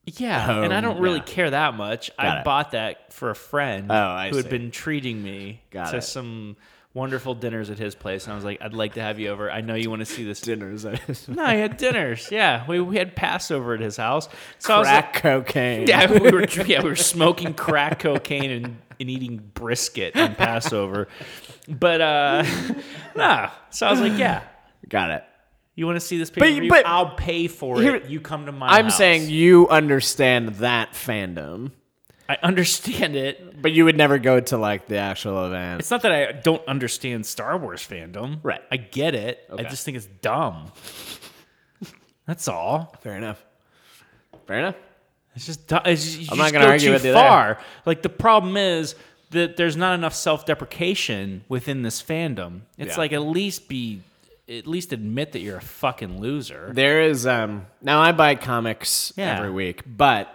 Speaker 2: Yeah, and I
Speaker 1: Home,
Speaker 2: don't really
Speaker 1: Oh, yeah.
Speaker 2: care that much. I
Speaker 1: Got it.
Speaker 2: bought that for a friend
Speaker 1: Oh, I
Speaker 2: who had
Speaker 1: see.
Speaker 2: been treating me
Speaker 1: Got
Speaker 2: to
Speaker 1: it.
Speaker 2: some wonderful dinners at his place and I was like, I'd like to have you over. I know you want to see this.
Speaker 1: Dinners.
Speaker 2: no, I had dinners. Yeah, we, we had Passover at his house. So I was like,
Speaker 1: Crack cocaine.
Speaker 2: Yeah, we were yeah, we were smoking crack cocaine and, and eating brisket on Passover. But uh nah. So I was like, yeah.
Speaker 1: Got it.
Speaker 2: You want to see this picture?
Speaker 1: but-
Speaker 2: I'll pay for
Speaker 1: here-
Speaker 2: it. You come to my
Speaker 1: I'm
Speaker 2: house.
Speaker 1: saying you understand that fandom.
Speaker 2: I understand it.
Speaker 1: But you would never go to like the actual event.
Speaker 2: It's not that I don't understand Star Wars fandom.
Speaker 1: Right.
Speaker 2: I get it. I just think it's dumb. That's all.
Speaker 1: Fair enough. Fair enough.
Speaker 2: It's just du- it's just, you
Speaker 1: I'm not
Speaker 2: just
Speaker 1: gonna
Speaker 2: go
Speaker 1: argue
Speaker 2: too
Speaker 1: with you there.
Speaker 2: far. Like the problem is that there's not enough self-deprecation within this fandom. It's
Speaker 1: Yeah.
Speaker 2: like at least be at least admit that you're a fucking loser.
Speaker 1: There is um now I buy comics
Speaker 2: Yeah.
Speaker 1: every week, but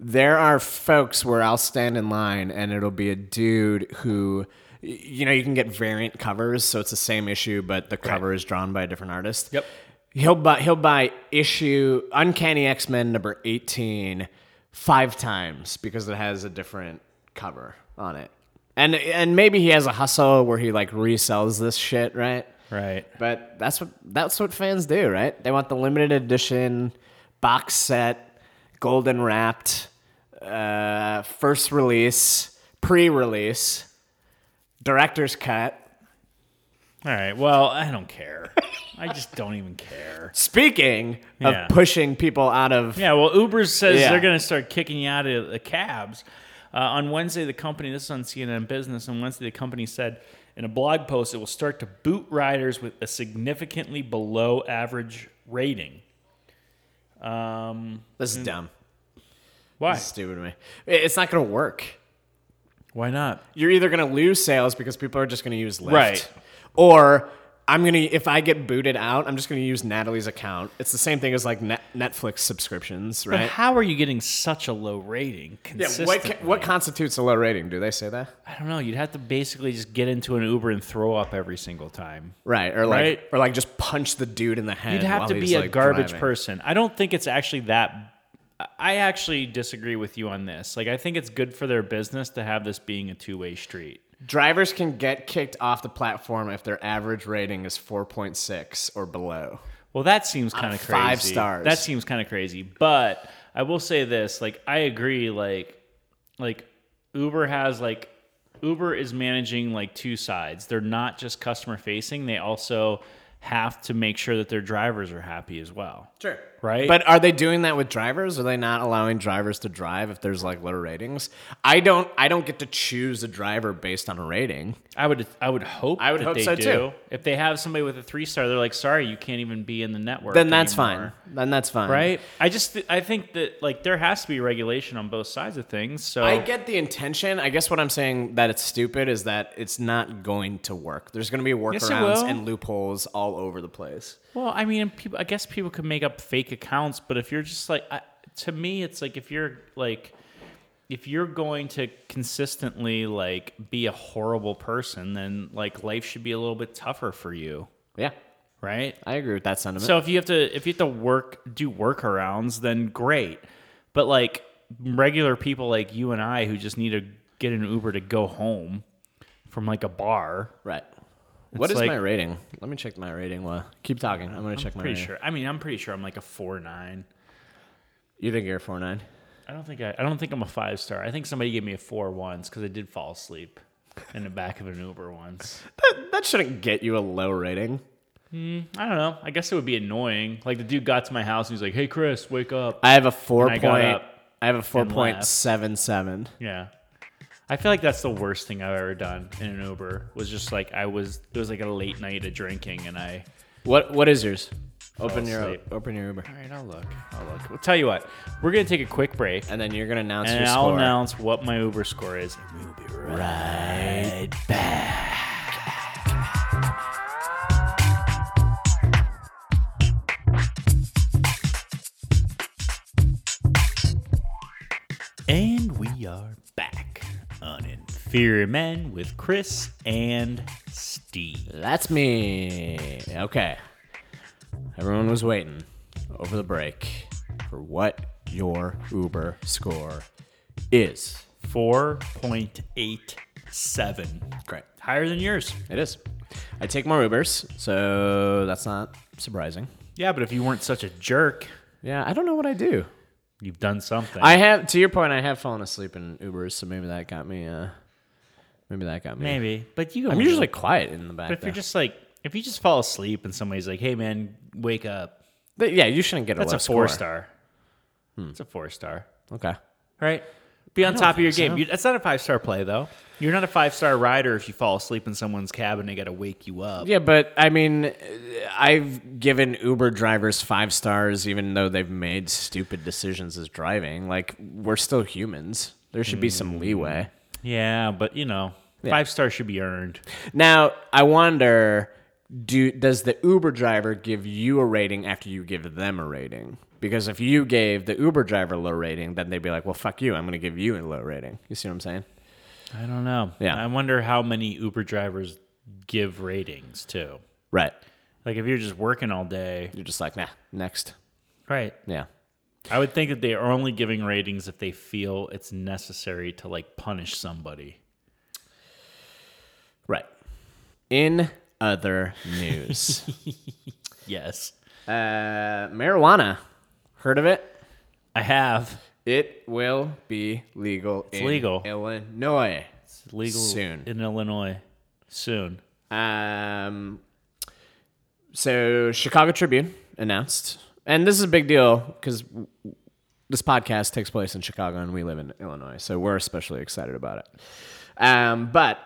Speaker 1: there are folks where I'll stand in line and it'll be a dude who y- you know, you can get variant covers, so it's the same issue, but the cover is drawn by a different artist.
Speaker 2: Yep.
Speaker 1: He'll buy he'll buy issue Uncanny X Men number eighteen five times because it has a different cover on it. And and maybe he has a hustle where he like resells this shit, right?
Speaker 2: Right.
Speaker 1: But that's what that's what fans do, right? They want the limited edition box set, golden wrapped, uh, first release, pre release, director's cut.
Speaker 2: All right. Well, I don't care. I just don't even care.
Speaker 1: Speaking
Speaker 2: Yeah.
Speaker 1: of pushing people out of.
Speaker 2: Yeah, well, Uber says
Speaker 1: Yeah.
Speaker 2: they're going to start kicking you out of the cabs. Uh, on Wednesday, the company, this is on CNN Business, on Wednesday, the company said in a blog post it will start to boot riders with a significantly below average rating. Um,
Speaker 1: This is dumb.
Speaker 2: why?
Speaker 1: This is stupid to me. It- It's not going to work.
Speaker 2: Why not?
Speaker 1: You're either going to lose sales because people are just going to use Lyft.
Speaker 2: Right.
Speaker 1: Or. I'm gonna if I get booted out, I'm just gonna use Natalie's account. It's the same thing as like Net- Netflix subscriptions,
Speaker 2: But
Speaker 1: right?
Speaker 2: how are you getting such a low rating
Speaker 1: Yeah,
Speaker 2: consistently?
Speaker 1: what ca- what constitutes a low rating? Do they say that?
Speaker 2: I don't know. You'd have to basically just get into an Uber and throw up every single time.
Speaker 1: Right, or like
Speaker 2: Right.
Speaker 1: or like just punch the dude in the head.
Speaker 2: You'd have
Speaker 1: while
Speaker 2: to
Speaker 1: he's,
Speaker 2: be a
Speaker 1: like,
Speaker 2: garbage
Speaker 1: driving.
Speaker 2: person. I don't think it's actually that. I actually disagree with you on this. Like, I think it's good for their business to have this being a two way street.
Speaker 1: Drivers can get kicked off the platform if their average rating is 4.6 or below.
Speaker 2: Well, that seems kind of crazy.
Speaker 1: five stars.
Speaker 2: That seems kind of crazy. But I will say this: like, I agree. Like, like Uber has like Uber is managing like two sides. They're not just customer facing. They also have to make sure that their drivers are happy as well.
Speaker 1: Sure.
Speaker 2: Right.
Speaker 1: But are they doing that with drivers? Are they not allowing drivers to drive if there's like low ratings? I don't I don't get to choose a driver based on a rating.
Speaker 2: I would I would hope
Speaker 1: I would
Speaker 2: that
Speaker 1: hope
Speaker 2: they
Speaker 1: so,
Speaker 2: do.
Speaker 1: too.
Speaker 2: If they have somebody with a three star, they're like, sorry, you can't even be in the network.
Speaker 1: Then that's
Speaker 2: anymore."
Speaker 1: fine. Then that's fine.
Speaker 2: right? I just th- I think that like there has to be regulation on both sides of things. So
Speaker 1: I get the intention. I guess what I'm saying that it's stupid is that it's not going to work. There's going to be
Speaker 2: Yes, it
Speaker 1: workarounds
Speaker 2: will.
Speaker 1: and loopholes all over the place.
Speaker 2: well, I mean, people, I guess people could make up fake accounts, but if you're just like, I, to me, it's like if you're like. If you're going to consistently like be a horrible person, then like life should be a little bit tougher for you,
Speaker 1: Yeah,
Speaker 2: right?
Speaker 1: I agree with that sentiment.
Speaker 2: So if you have to if you have to work do workarounds, then great. But like regular people like you and I who just need to get an Uber to go home from like a bar.
Speaker 1: right. What is
Speaker 2: It's like-
Speaker 1: my rating? Let me check my rating. Well, keep talking. I'm going to check my
Speaker 2: Pretty
Speaker 1: rating.
Speaker 2: sure. I mean, I'm pretty sure I'm like a four nine.
Speaker 1: You think you're four nine?
Speaker 2: I don't think I, I don't think I'm a five star. I think somebody gave me a four once because I did fall asleep in the back of an Uber once.
Speaker 1: That, that shouldn't get you a low rating.
Speaker 2: I don't know. I guess it would be annoying. Like the dude got to my house and he's like, "Hey Chris, wake up."
Speaker 1: I have a four
Speaker 2: I
Speaker 1: point.
Speaker 2: got
Speaker 1: I,
Speaker 2: up
Speaker 1: have a four point seven seven.
Speaker 2: Yeah. I feel like that's the worst thing I've ever done in an Uber. Was just like I was. It was like a late night of drinking, and I.
Speaker 1: What What is yours? Open your
Speaker 2: asleep.
Speaker 1: Open your Uber,
Speaker 2: All right, I'll look. I'll look. We'll tell you what. We're gonna take a quick break,
Speaker 1: and then you're going to announce
Speaker 2: and
Speaker 1: your
Speaker 2: I'll
Speaker 1: score.
Speaker 2: announce what my Uber score is. We'll be right back. And we are back on Inferior Men with Chris and Steve.
Speaker 1: That's me. Okay. Everyone was waiting over the break for what your Uber score is.
Speaker 2: 4.87.
Speaker 1: Great.
Speaker 2: Higher than yours.
Speaker 1: It is. I take more Ubers, so that's not surprising.
Speaker 2: Yeah, but if you weren't such a jerk,
Speaker 1: Yeah, I don't know what I do.
Speaker 2: you've done something.
Speaker 1: I have, to your point, I have fallen asleep in Ubers, so maybe that got me. Uh, maybe that got me.
Speaker 2: Maybe, but you.
Speaker 1: I'm usually quiet in the back.
Speaker 2: But if
Speaker 1: there.
Speaker 2: you're just like, if you just fall asleep and somebody's like, "Hey, man, wake up,"
Speaker 1: But yeah, you shouldn't get a
Speaker 2: that's
Speaker 1: low
Speaker 2: a four
Speaker 1: score.
Speaker 2: star. It's a four star,
Speaker 1: Okay.
Speaker 2: right? Be on top of your
Speaker 1: think
Speaker 2: game.
Speaker 1: so.
Speaker 2: You, that's not a five star play, though. You're not a five star rider if you fall asleep in someone's cab and they got to wake you up.
Speaker 1: Yeah, but I mean, uh, I've given Uber drivers five stars, even though they've made stupid decisions as driving. Like, we're still humans. There should be
Speaker 2: Hmm.
Speaker 1: some leeway.
Speaker 2: Yeah, but you know, five star should be earned.
Speaker 1: Now, I wonder do does the Uber driver give you a rating after you give them a rating? Because if you gave the Uber driver a low rating, then they'd be like, "Well, fuck you. I'm going to give you a low rating." You see what I'm saying?
Speaker 2: I don't know.
Speaker 1: Yeah.
Speaker 2: I wonder how many Uber drivers give ratings too.
Speaker 1: Right.
Speaker 2: Like if you're just working all day,
Speaker 1: You're just like, "Nah, next."
Speaker 2: right?
Speaker 1: Yeah.
Speaker 2: I would think that they are only giving ratings if they feel it's necessary to like punish somebody.
Speaker 1: Right. In other news,
Speaker 2: Yes.
Speaker 1: uh, marijuana Heard of it?
Speaker 2: I have.
Speaker 1: It will be legal it's in
Speaker 2: legal.
Speaker 1: Illinois.
Speaker 2: It's legal
Speaker 1: Soon.
Speaker 2: in Illinois. Soon.
Speaker 1: Um, so Chicago Tribune announced, and this is a big deal because this podcast takes place in Chicago and we live in Illinois, so we're especially excited about it. Um, but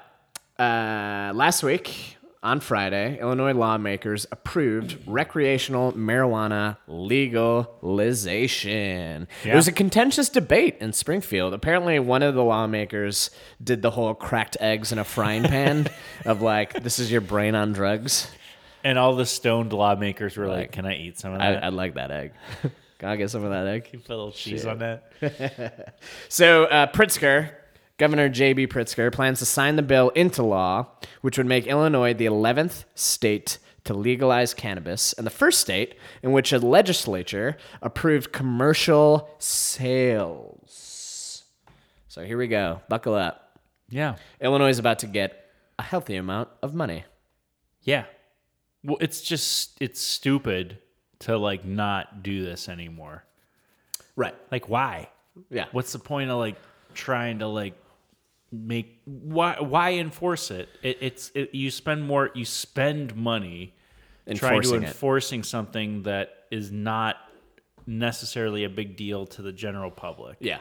Speaker 1: uh, last week on Friday, Illinois lawmakers approved recreational marijuana legalization. It
Speaker 2: Yeah.
Speaker 1: was a contentious debate in Springfield. Apparently, one of the lawmakers did the whole cracked eggs in a frying pan of like, this is your brain on drugs.
Speaker 2: And all the stoned lawmakers were like, "Can I eat some of
Speaker 1: I,
Speaker 2: that?
Speaker 1: I like that egg. Can I get some of that egg?
Speaker 2: Put a little cheese on that."
Speaker 1: So uh, Pritzker, Governor J.B. Pritzker, plans to sign the bill into law, which would make Illinois the 11th state to legalize cannabis and the first state in which a legislature approved commercial sales. So here we go. Buckle up.
Speaker 2: Yeah,
Speaker 1: Illinois is about to get a healthy amount of money.
Speaker 2: yeah. Well, it's just it's stupid to like not do this anymore.
Speaker 1: Right.
Speaker 2: Like, why?
Speaker 1: Yeah.
Speaker 2: What's the point of like trying to like make why why enforce it? it it's it, you spend more you spend money trying to
Speaker 1: Enforcing it.
Speaker 2: enforcing something that is not necessarily a big deal to the general public.
Speaker 1: Yeah.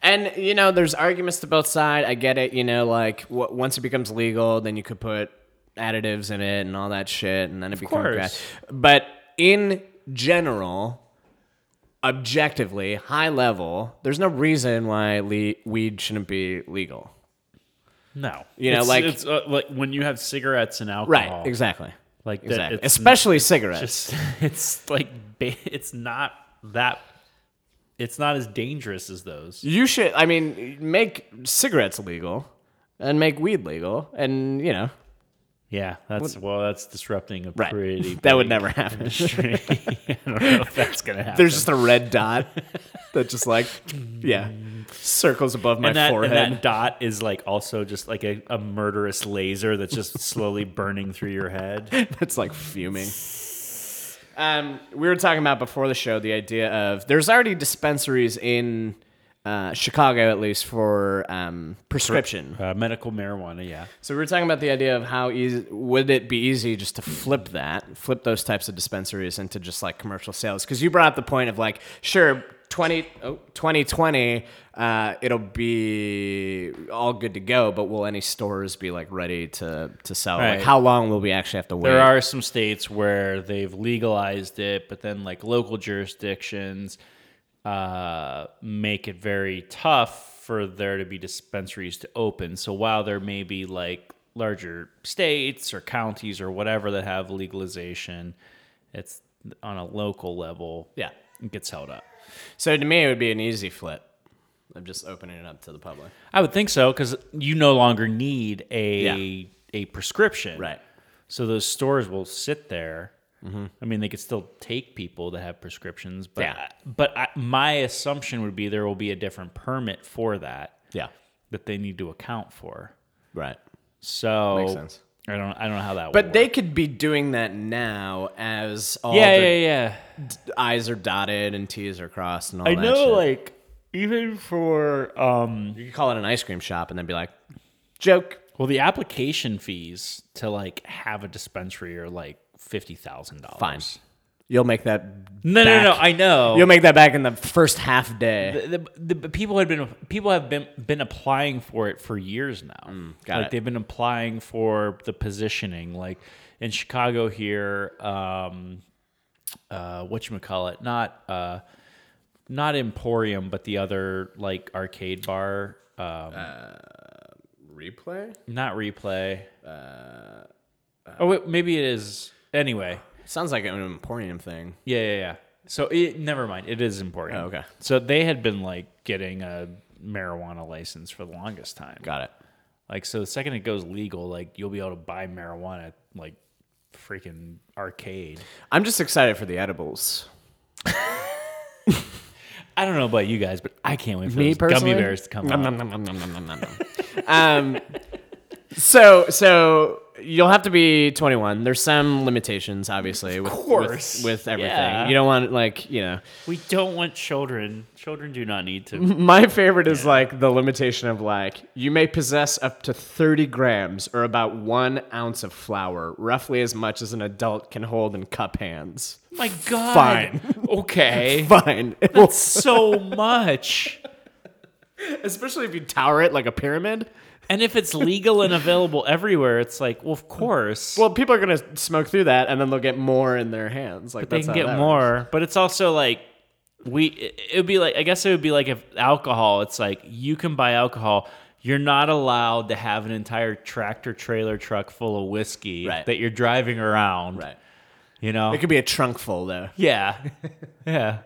Speaker 1: And you know, there's arguments to both side. I get it. You know, like w- once it becomes legal, then you could put additives in it and all that shit, and then it becomes.
Speaker 2: course.
Speaker 1: But in general, objectively, high level, there's no reason why le- weed shouldn't be legal.
Speaker 2: No,
Speaker 1: You know,
Speaker 2: It's-
Speaker 1: like-
Speaker 2: it's uh, like when you have cigarettes and alcohol,
Speaker 1: Right. Exactly.
Speaker 2: Like that,
Speaker 1: Exactly.
Speaker 2: it's
Speaker 1: Especially cigarettes.
Speaker 2: just it's like ba- it's not that it's not as dangerous as those.
Speaker 1: you should. I mean, make cigarettes legal, and make weed legal, and you know,
Speaker 2: Yeah, that's well, that's disrupting a
Speaker 1: right?
Speaker 2: pretty.
Speaker 1: that would
Speaker 2: big
Speaker 1: never happen.
Speaker 2: Industry. I don't know if that's gonna happen.
Speaker 1: There's just a red dot that just like, yeah, circles above my
Speaker 2: and that, and
Speaker 1: forehead.
Speaker 2: that dot is like also just like a, a murderous laser that's just slowly burning through your head.
Speaker 1: That's like fuming. Um, we were talking about before the show the idea of there's already dispensaries in uh, Chicago, at least for um, prescription.
Speaker 2: Uh, medical marijuana, yeah.
Speaker 1: So we were talking about the idea of how easy would it be easy just to flip that, flip those types of dispensaries into just like commercial sales? Because you brought up the point of like, sure, 20, oh, 2020, uh, it'll be all good to go, but will any stores be like ready to to sell? Like,
Speaker 2: Right.
Speaker 1: how long will we actually have to wait?
Speaker 2: There are some states where they've legalized it, but then like local jurisdictions uh, make it very tough for there to be dispensaries to open. So while there may be like larger states or counties or whatever that have legalization, it's on a local level.
Speaker 1: yeah.
Speaker 2: It gets held up.
Speaker 1: So to me, it would be an easy flip of just opening it up to the public.
Speaker 2: I would think so because you no longer need a
Speaker 1: Yeah.
Speaker 2: a prescription,
Speaker 1: Right. Mm-hmm.
Speaker 2: So those stores will sit there. I mean, they could still take people that have prescriptions, but
Speaker 1: Yeah.
Speaker 2: but I, my assumption would be there will be a different permit for that
Speaker 1: Yeah.
Speaker 2: that they need to account for.
Speaker 1: Right.
Speaker 2: So
Speaker 1: Makes sense.
Speaker 2: I don't I don't know how that.
Speaker 1: But
Speaker 2: would
Speaker 1: they could be doing that now as all
Speaker 2: work. yeah
Speaker 1: the
Speaker 2: yeah yeah.
Speaker 1: I's are dotted and T's are crossed and all
Speaker 2: I
Speaker 1: that
Speaker 2: know
Speaker 1: shit.
Speaker 2: like even for um
Speaker 1: you could call it an ice cream shop and then be like, joke.
Speaker 2: well the application fees to like have a dispensary are like fifty thousand dollars.
Speaker 1: Fine. You'll make that
Speaker 2: No
Speaker 1: back.
Speaker 2: no no I know.
Speaker 1: You'll make that back in the first half day.
Speaker 2: the, the, the people had been people have been been applying for it for years now.
Speaker 1: Mm, got
Speaker 2: like
Speaker 1: it.
Speaker 2: they've been applying for the positioning. Like in Chicago here, um, uh, what you call it? Not uh, not Emporium, but the other like arcade bar. Um,
Speaker 1: Replay?
Speaker 2: not replay. Uh, oh wait, maybe it is. Anyway,
Speaker 1: Sounds like an Emporium thing.
Speaker 2: yeah, yeah, yeah. So it, never mind. It is important.
Speaker 1: Oh, okay.
Speaker 2: So they had been like getting a marijuana license for the longest time.
Speaker 1: Got it.
Speaker 2: Like so, the second it goes legal, like you'll be able to buy marijuana at, like freaking arcade.
Speaker 1: I'm just excited for the edibles.
Speaker 2: I don't know about you guys, but I can't wait for
Speaker 1: Me
Speaker 2: those gummy
Speaker 1: personally?
Speaker 2: bears to come out.
Speaker 1: Nom, nom, nom, nom, nom, nom, nom, nom. um, so so you'll have to be 21. There's some limitations, obviously, with,
Speaker 2: course.
Speaker 1: with, with everything.
Speaker 2: Yeah.
Speaker 1: You don't want like you know.
Speaker 2: We don't want children. Children do not need to.
Speaker 1: My favorite is like the limitation of like you may possess up to 30 grams or about one ounce of flour, roughly as much as an adult can hold in cup hands.
Speaker 2: My God.
Speaker 1: Fine.
Speaker 2: Okay.
Speaker 1: Fine. It will-
Speaker 2: so much.
Speaker 1: especially if you tower it like a pyramid.
Speaker 2: And if it's legal and available everywhere, it's like, well, of course.
Speaker 1: Well, people are gonna smoke through that, and then they'll get more in their hands. Like
Speaker 2: they
Speaker 1: that's
Speaker 2: can
Speaker 1: how
Speaker 2: get
Speaker 1: that
Speaker 2: more, but it's also like we. It it would be like I guess it would be like if alcohol. It's like you can buy alcohol. You're not allowed to have an entire tractor trailer truck full of whiskey
Speaker 1: Right.
Speaker 2: that you're driving around.
Speaker 1: works. Right.
Speaker 2: You know.
Speaker 1: It could be a trunk full though.
Speaker 2: yeah. yeah.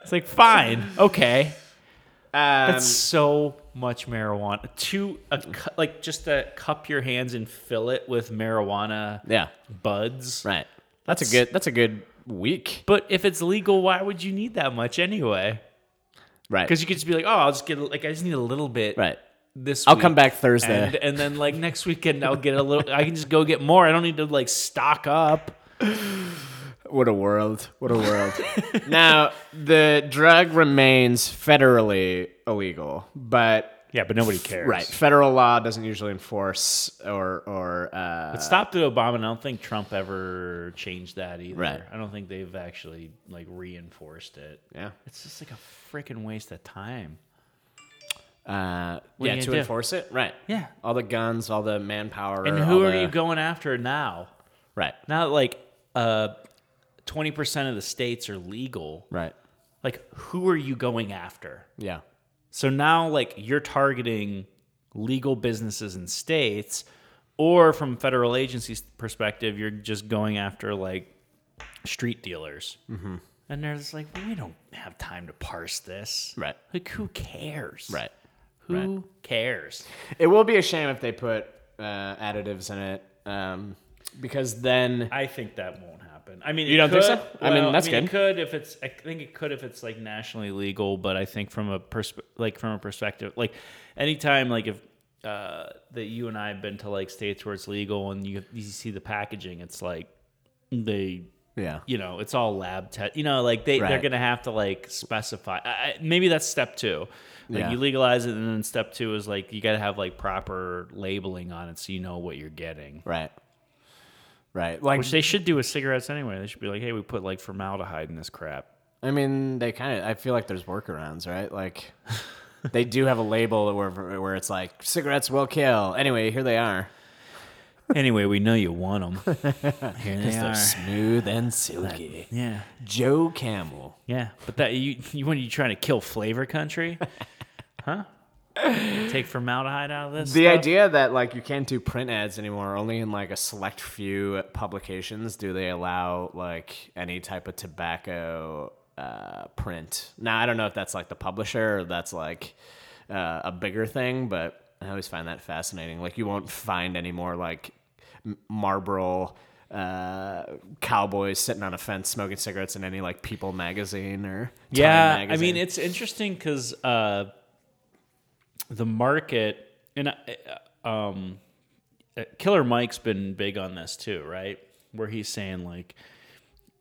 Speaker 2: It's like fine, okay.
Speaker 1: Um,
Speaker 2: That's so much marijuana. To a cu- like just to cup your hands and fill it with marijuana
Speaker 1: yeah.
Speaker 2: buds.
Speaker 1: Right. That's,
Speaker 2: That's-
Speaker 1: a good. That's a good week.
Speaker 2: But if it's legal, why would you need that much anyway?
Speaker 1: Right.
Speaker 2: Because you could just be like, oh, I'll just get a- like I just need a little bit.
Speaker 1: Right.
Speaker 2: This
Speaker 1: I'll
Speaker 2: week.
Speaker 1: come back Thursday.
Speaker 2: and, and then like next weekend I'll get a little. I can just go get more. I don't need to like stock up.
Speaker 1: What a world. What a world. now, the drug remains federally illegal, but
Speaker 2: Yeah, but nobody cares.
Speaker 1: right, federal law doesn't usually enforce or or uh,
Speaker 2: Stop to Obama, and I don't think Trump ever changed that either.
Speaker 1: Right.
Speaker 2: I don't think they've actually like reinforced it.
Speaker 1: yeah.
Speaker 2: It's just like a freaking waste of time.
Speaker 1: Uh,
Speaker 2: What are you
Speaker 1: yeah,
Speaker 2: gonna
Speaker 1: to
Speaker 2: do?
Speaker 1: enforce it. Right.
Speaker 2: Yeah.
Speaker 1: All the guns, all the manpower.
Speaker 2: And
Speaker 1: all
Speaker 2: who are
Speaker 1: the-
Speaker 2: you going after now?
Speaker 1: Right.
Speaker 2: Now that like uh, twenty percent of the states are legal.
Speaker 1: Right.
Speaker 2: Like, who are you going after?
Speaker 1: Yeah.
Speaker 2: So now, like, you're targeting legal businesses and states, or from federal agencies' perspective, you're just going after like street dealers. Mm-hmm. And they're just like, we don't have time to parse this.
Speaker 1: Right.
Speaker 2: Like, who cares?
Speaker 1: Right.
Speaker 2: Who cares?
Speaker 1: It will be a shame if they put uh, additives in it um, because then
Speaker 2: I think that won't happen. I mean,
Speaker 1: You
Speaker 2: it
Speaker 1: don't think
Speaker 2: could-
Speaker 1: so? I mean, that's
Speaker 2: It
Speaker 1: good.
Speaker 2: could if it's. I think it could if it's like nationally legal, but I think from a persp- like from a perspective, like anytime like if uh, that you and I have been to like states where it's legal and you you see the packaging, it's like they
Speaker 1: yeah.
Speaker 2: you know it's all lab test. You know, like they they're
Speaker 1: Right.
Speaker 2: gonna have to like specify. I, I, maybe that's step two. Like
Speaker 1: Yeah.
Speaker 2: you legalize it, and then step two is like you got to have like proper labeling on it so you know what you're getting.
Speaker 1: Right. Right. Like
Speaker 2: Which they should do with cigarettes anyway. They should be like, hey, we put like formaldehyde in this crap.
Speaker 1: I mean, they kind of. I feel like there's workarounds, right? Like, they do have a label where where it's like cigarettes will kill. Anyway, here they are.
Speaker 2: Anyway, we know you want them. Here they
Speaker 1: They're
Speaker 2: are.
Speaker 1: smooth and silky.
Speaker 2: Yeah,
Speaker 1: Joe Camel.
Speaker 2: yeah. But that you, you when you trying to kill flavor country, huh? Take formaldehyde out of this.
Speaker 1: The
Speaker 2: stuff?
Speaker 1: idea that like you can't do print ads anymore, only in like a select few publications do they allow like any type of tobacco uh, print. Now I don't know if that's like the publisher or that's like uh, a bigger thing, but I always find that fascinating. Like you won't find any more like M- Marlboro uh, cowboys sitting on a fence smoking cigarettes in any like People magazine or Time
Speaker 2: Yeah, I
Speaker 1: magazine.
Speaker 2: mean it's interesting because uh, the market and uh, um, uh, Killer Mike's been big on this too, right? Where he's saying like,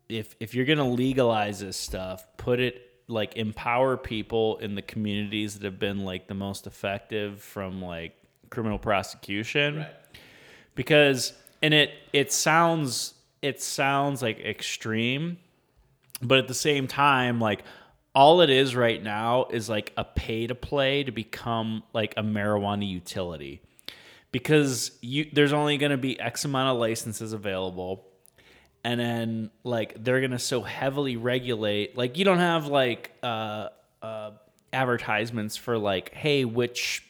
Speaker 2: if if you're gonna legalize this stuff, put it like empower people in the communities that have been like the most effective from like criminal prosecution because and it it sounds it sounds like extreme but at the same time like all it is right now is like a pay to play to become like a marijuana utility because you there's only going to be x amount of licenses available and then like they're going to so heavily regulate like you don't have like uh uh advertisements for like hey which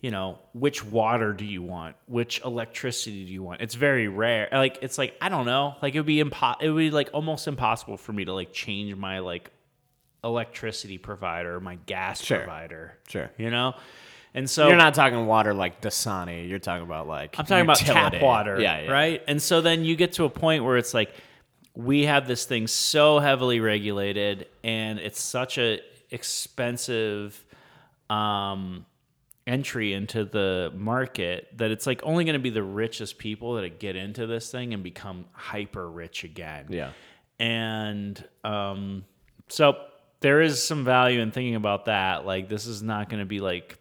Speaker 2: you know which water do you want which electricity do you want it's very rare like it's like i don't know like it would be impo- it would be like almost impossible for me to like change my like electricity provider my gas
Speaker 1: Sure.
Speaker 2: provider
Speaker 1: sure.
Speaker 2: you know and so
Speaker 1: You're not talking water like Dasani. You're talking about like
Speaker 2: I'm talking about
Speaker 1: utility.
Speaker 2: tap water,
Speaker 1: Yeah, yeah.
Speaker 2: right? And so then you get to a point where it's like we have this thing so heavily regulated, and it's such a expensive um, entry into the market that it's like only going to be the richest people that get into this thing and become hyper rich again.
Speaker 1: Yeah.
Speaker 2: And um, so there is some value in thinking about that. Like, this is not going to be like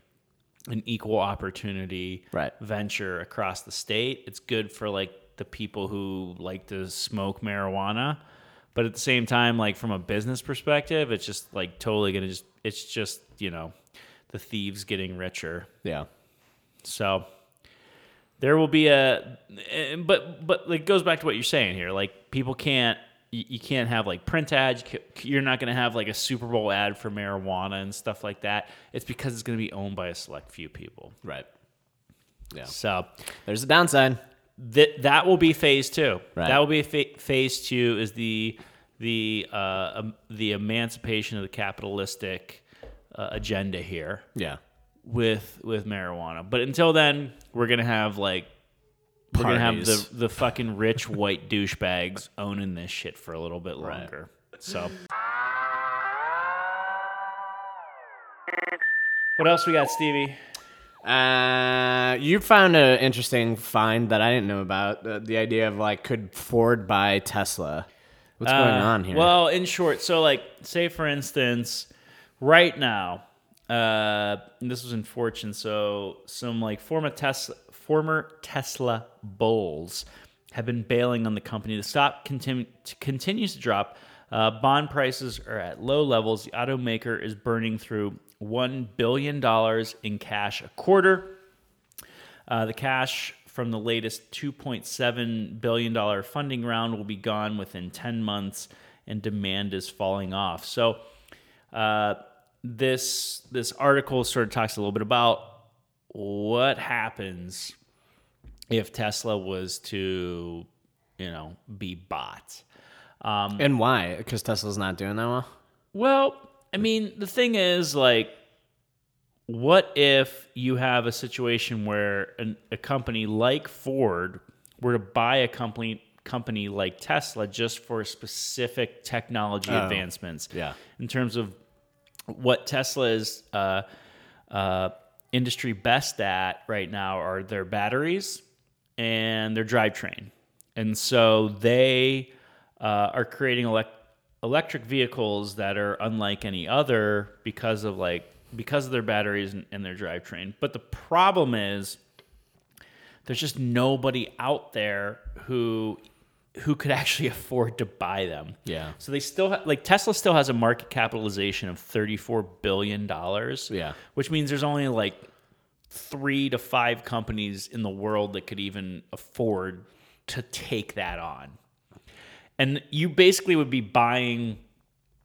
Speaker 2: an equal opportunity
Speaker 1: Right.
Speaker 2: venture across the state. It's good for like the people who like to smoke marijuana. But at the same time, like from a business perspective, it's just like totally going to just, it's just, you know, the thieves getting richer.
Speaker 1: Yeah.
Speaker 2: So there will be a, eh, but but it goes back to what you're saying here. Like people can't, you, you can't have like print ads. You ca- You're not going to have like a Super Bowl ad for marijuana and stuff like that. It's because it's going to be owned by a select few people.
Speaker 1: Right.
Speaker 2: So
Speaker 1: There's a downside.
Speaker 2: that that will be phase two.
Speaker 1: Right.
Speaker 2: That will be fa- phase two is the the uh, um, the emancipation of the capitalistic uh, agenda here
Speaker 1: Yeah.
Speaker 2: with with marijuana. But until then, we're gonna have like we're gonna have the
Speaker 1: Parties.
Speaker 2: the fucking rich white douchebags owning this shit for a little bit longer. So. What else we got, Stevie?
Speaker 1: Uh, you found an interesting find that I didn't know about. The, the idea of like, could Ford buy Tesla? What's going
Speaker 2: Uh,
Speaker 1: on here?
Speaker 2: Well, in short, so like, say for instance, right now, uh, and this was in Fortune. So some like former Tesla, former Tesla bulls have been bailing on the company. The stock continu- t- continues to drop. Uh, bond prices are at low levels. The automaker is burning through one billion dollars in cash a quarter. Uh, the cash from the latest $2.7 billion funding round will be gone within 10 months, and demand is falling off. So, uh, this this article sort of talks a little bit about what happens if Tesla was to, you know, be bought.
Speaker 1: and why? Because Tesla's not doing that well.
Speaker 2: Well, I mean, the thing is, like, what if you have a situation where an, a company like Ford were to buy a company company like Tesla just for specific technology advancements?
Speaker 1: yeah.
Speaker 2: in terms of what Tesla is uh, uh, industry best at right now are their batteries and their drivetrain. And so they uh, are creating elec electric vehicles that are unlike any other because of like because of their batteries and, and their drivetrain. But the problem is there's just nobody out there who who could actually afford to buy them.
Speaker 1: Yeah.
Speaker 2: So they still ha- like Tesla still has a market capitalization of 34 billion dollars.
Speaker 1: Yeah.
Speaker 2: Which means there's only like 3 to 5 companies in the world that could even afford to take that on. And you basically would be buying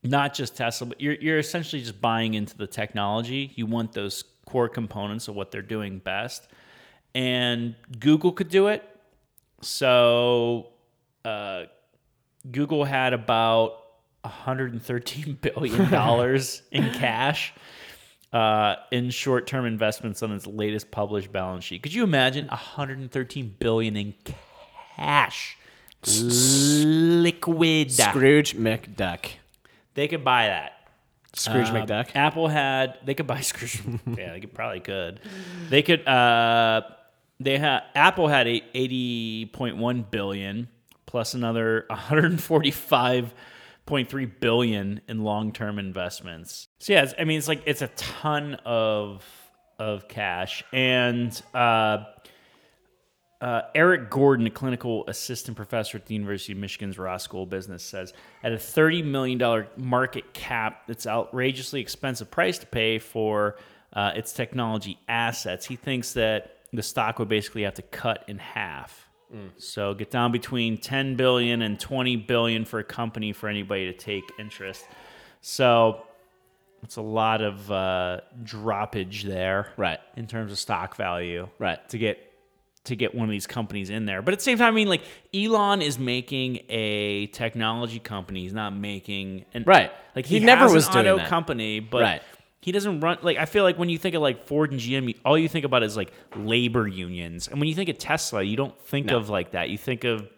Speaker 2: not just Tesla, but you're you're essentially just buying into the technology. You want those core components of what they're doing best. And Google could do it. So uh, Google had about 113 billion dollars in cash uh, in short-term investments on its latest published balance sheet. Could you imagine 113 billion in cash? Liquid.
Speaker 1: Scrooge McDuck.
Speaker 2: They could buy that.
Speaker 1: Scrooge
Speaker 2: Um,
Speaker 1: McDuck.
Speaker 2: Apple had they could buy Scrooge. yeah, they could, probably could. They could. Uh, they had Apple had eight- 80.1 billion plus another 145.3 billion in long-term investments. So yeah, it's, I mean it's like it's a ton of of cash and uh uh, Eric Gordon, a clinical assistant professor at the University of Michigan's Ross School of Business, says at a $30 million market cap, it's outrageously expensive price to pay for uh, its technology assets. He thinks that the stock would basically have to cut in half.
Speaker 1: Mm.
Speaker 2: So get down between 10 billion and 20 billion for a company for anybody to take interest. So it's a lot of uh, droppage there,
Speaker 1: Right.
Speaker 2: In terms of stock value,
Speaker 1: Right.
Speaker 2: to get to get one of these companies in there. But at the same time, I mean, like Elon is making a technology company. He's not making an
Speaker 1: Right.
Speaker 2: Like
Speaker 1: He
Speaker 2: he,
Speaker 1: never
Speaker 2: has
Speaker 1: was
Speaker 2: an
Speaker 1: doing
Speaker 2: auto
Speaker 1: that.
Speaker 2: company, but
Speaker 1: Right.
Speaker 2: he doesn't run. Like I feel like when you think of like Ford and GM, you- all you think about is like labor unions. And when you think of Tesla, you don't think of like that. You think of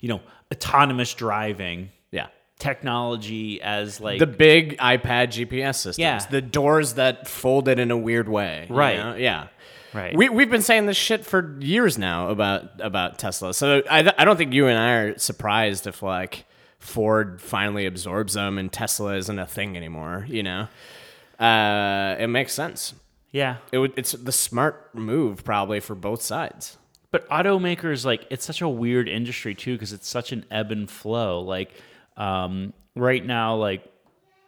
Speaker 2: you know autonomous driving
Speaker 1: Yeah.
Speaker 2: technology as like
Speaker 1: The big iPad GPS systems.
Speaker 2: Yeah.
Speaker 1: The doors that folded in a weird way. you
Speaker 2: Right.
Speaker 1: know? Yeah.
Speaker 2: right.
Speaker 1: We, we've been saying this shit for years now about about Tesla. So I, th- I don't think you and I are surprised if like Ford finally absorbs them and Tesla isn't a thing anymore. You know, uh, it makes sense.
Speaker 2: yeah.
Speaker 1: It would, it's the smart move probably for both sides.
Speaker 2: But automakers, like, it's such a weird industry too, because it's such an ebb and flow. Like, um, right now, like,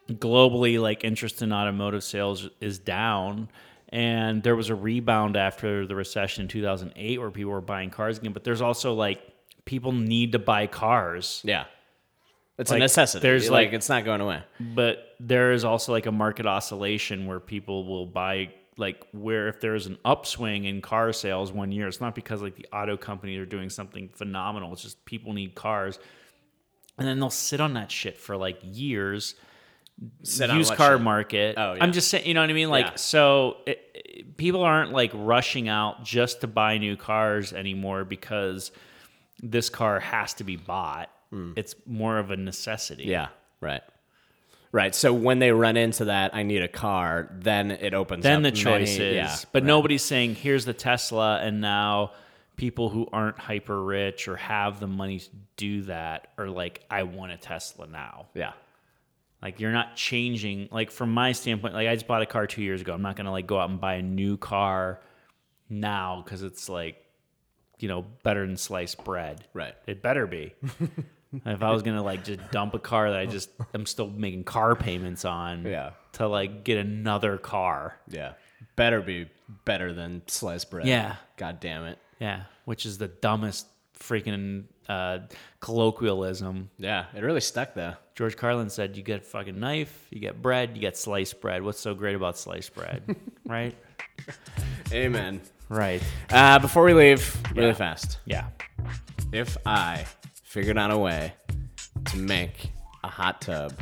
Speaker 2: globally, like, interest in automotive sales is down. And there was a rebound after the recession in 2008 where people were buying cars again. But there's also, like, people need to buy cars.
Speaker 1: Yeah, it's a
Speaker 2: Like,
Speaker 1: necessity.
Speaker 2: there's,
Speaker 1: like
Speaker 2: like-
Speaker 1: it's not going away.
Speaker 2: but there is also like a market oscillation where people will buy like where if there is an upswing in car sales one year it's not because like the auto company are doing something phenomenal it's just people need cars and then they'll sit on that shit for like years
Speaker 1: Sit on
Speaker 2: used
Speaker 1: what
Speaker 2: car
Speaker 1: shit?
Speaker 2: market
Speaker 1: Oh, yeah.
Speaker 2: i'm just saying you know what i mean like
Speaker 1: Yeah.
Speaker 2: so it, it- people aren't like rushing out just to buy new cars anymore because this car has to be bought
Speaker 1: Hmm.
Speaker 2: it's more of a necessity
Speaker 1: Yeah, right. Right. So when they run into that, I need a car. Then it opens.
Speaker 2: then
Speaker 1: up
Speaker 2: the choice
Speaker 1: many-
Speaker 2: is
Speaker 1: yeah,
Speaker 2: but nobody's saying here's the tesla and now people who aren't hyper rich or have the money to do that are like i want a tesla now
Speaker 1: yeah,
Speaker 2: like you're not changing like from my standpoint like i just bought a car two years ago i'm not gonna like go out and buy a new car now because it's like you know better than sliced bread
Speaker 1: right.
Speaker 2: it better be if i was gonna like just dump a car that i just i'm still making car payments on
Speaker 1: Yeah.
Speaker 2: to like get another car
Speaker 1: Yeah. Better be better than sliced bread.
Speaker 2: Yeah.
Speaker 1: God damn it.
Speaker 2: Yeah, which is the dumbest freaking uh, colloquialism.
Speaker 1: Yeah. It really stuck though.
Speaker 2: George Carlin said, "You get a fucking knife, you get bread, you get sliced bread. What's so great about sliced bread?" right?
Speaker 1: Amen.
Speaker 2: Right.
Speaker 1: Uh, before we leave, really fast.
Speaker 2: Yeah.
Speaker 1: If I figured out a way to make a hot tub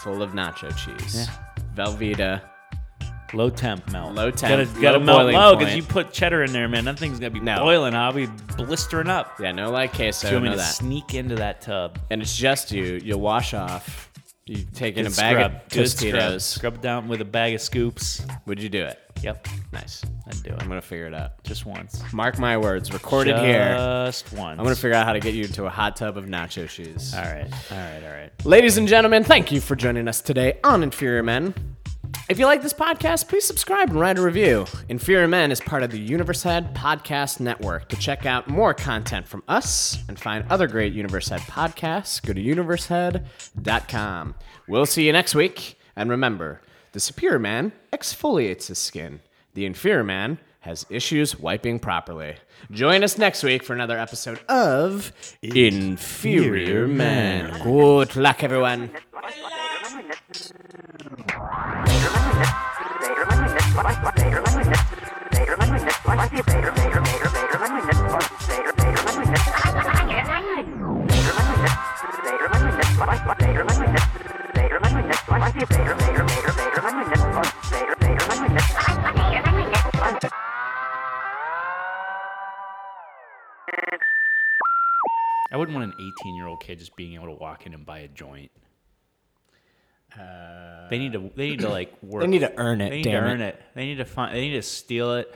Speaker 1: full of nacho cheese, Velveeta,
Speaker 2: Low temp melt.
Speaker 1: Low temp,
Speaker 2: Gotta, gotta
Speaker 1: low
Speaker 2: melt
Speaker 1: boiling
Speaker 2: low because
Speaker 1: point.
Speaker 2: you put cheddar in there, man. That thing's gonna be
Speaker 1: No.
Speaker 2: boiling. I'll be blistering up.
Speaker 1: yeah, no like queso,
Speaker 2: Do you want me
Speaker 1: no
Speaker 2: to
Speaker 1: that.
Speaker 2: sneak into that tub?
Speaker 1: and it's just you. You'll wash off. You take in a
Speaker 2: Good
Speaker 1: bag
Speaker 2: scrub.
Speaker 1: of
Speaker 2: Good scrub.
Speaker 1: Tostitos.
Speaker 2: Scrub it down with a bag of scoops.
Speaker 1: Would you do it?
Speaker 2: Yep.
Speaker 1: Nice.
Speaker 2: I'd do it.
Speaker 1: I'm gonna figure it out.
Speaker 2: Just once.
Speaker 1: Mark my words. Recorded here.
Speaker 2: Just once.
Speaker 1: I'm gonna figure out how to get you into a hot tub of nacho cheese.
Speaker 2: All right. All right. All right.
Speaker 1: Ladies and gentlemen, thank you for joining us today on Inferior Men. If you like this podcast, please subscribe and write a review. Inferior Men is part of the Universe Head Podcast Network. To check out more content from us and find other great Universe Head podcasts, go to universehead.com. We'll see you next week. And remember, the superior man exfoliates his skin. The inferior man has issues wiping properly. Join us next week for another episode of Inferior Man. Good luck, everyone.
Speaker 2: I wouldn't want an 18 year old kid just being able to walk in and buy a joint. they need to. They need to like work.
Speaker 1: Uh, They need to earn it.
Speaker 2: They need
Speaker 1: damn
Speaker 2: to earn it. They need to find. They need to steal it.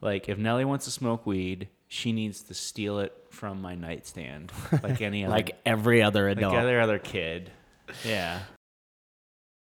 Speaker 2: Like if Nelly wants to smoke weed, she needs to steal it from my nightstand, like any other,
Speaker 1: Like every other
Speaker 2: like
Speaker 1: adult.
Speaker 2: other other kid. Yeah.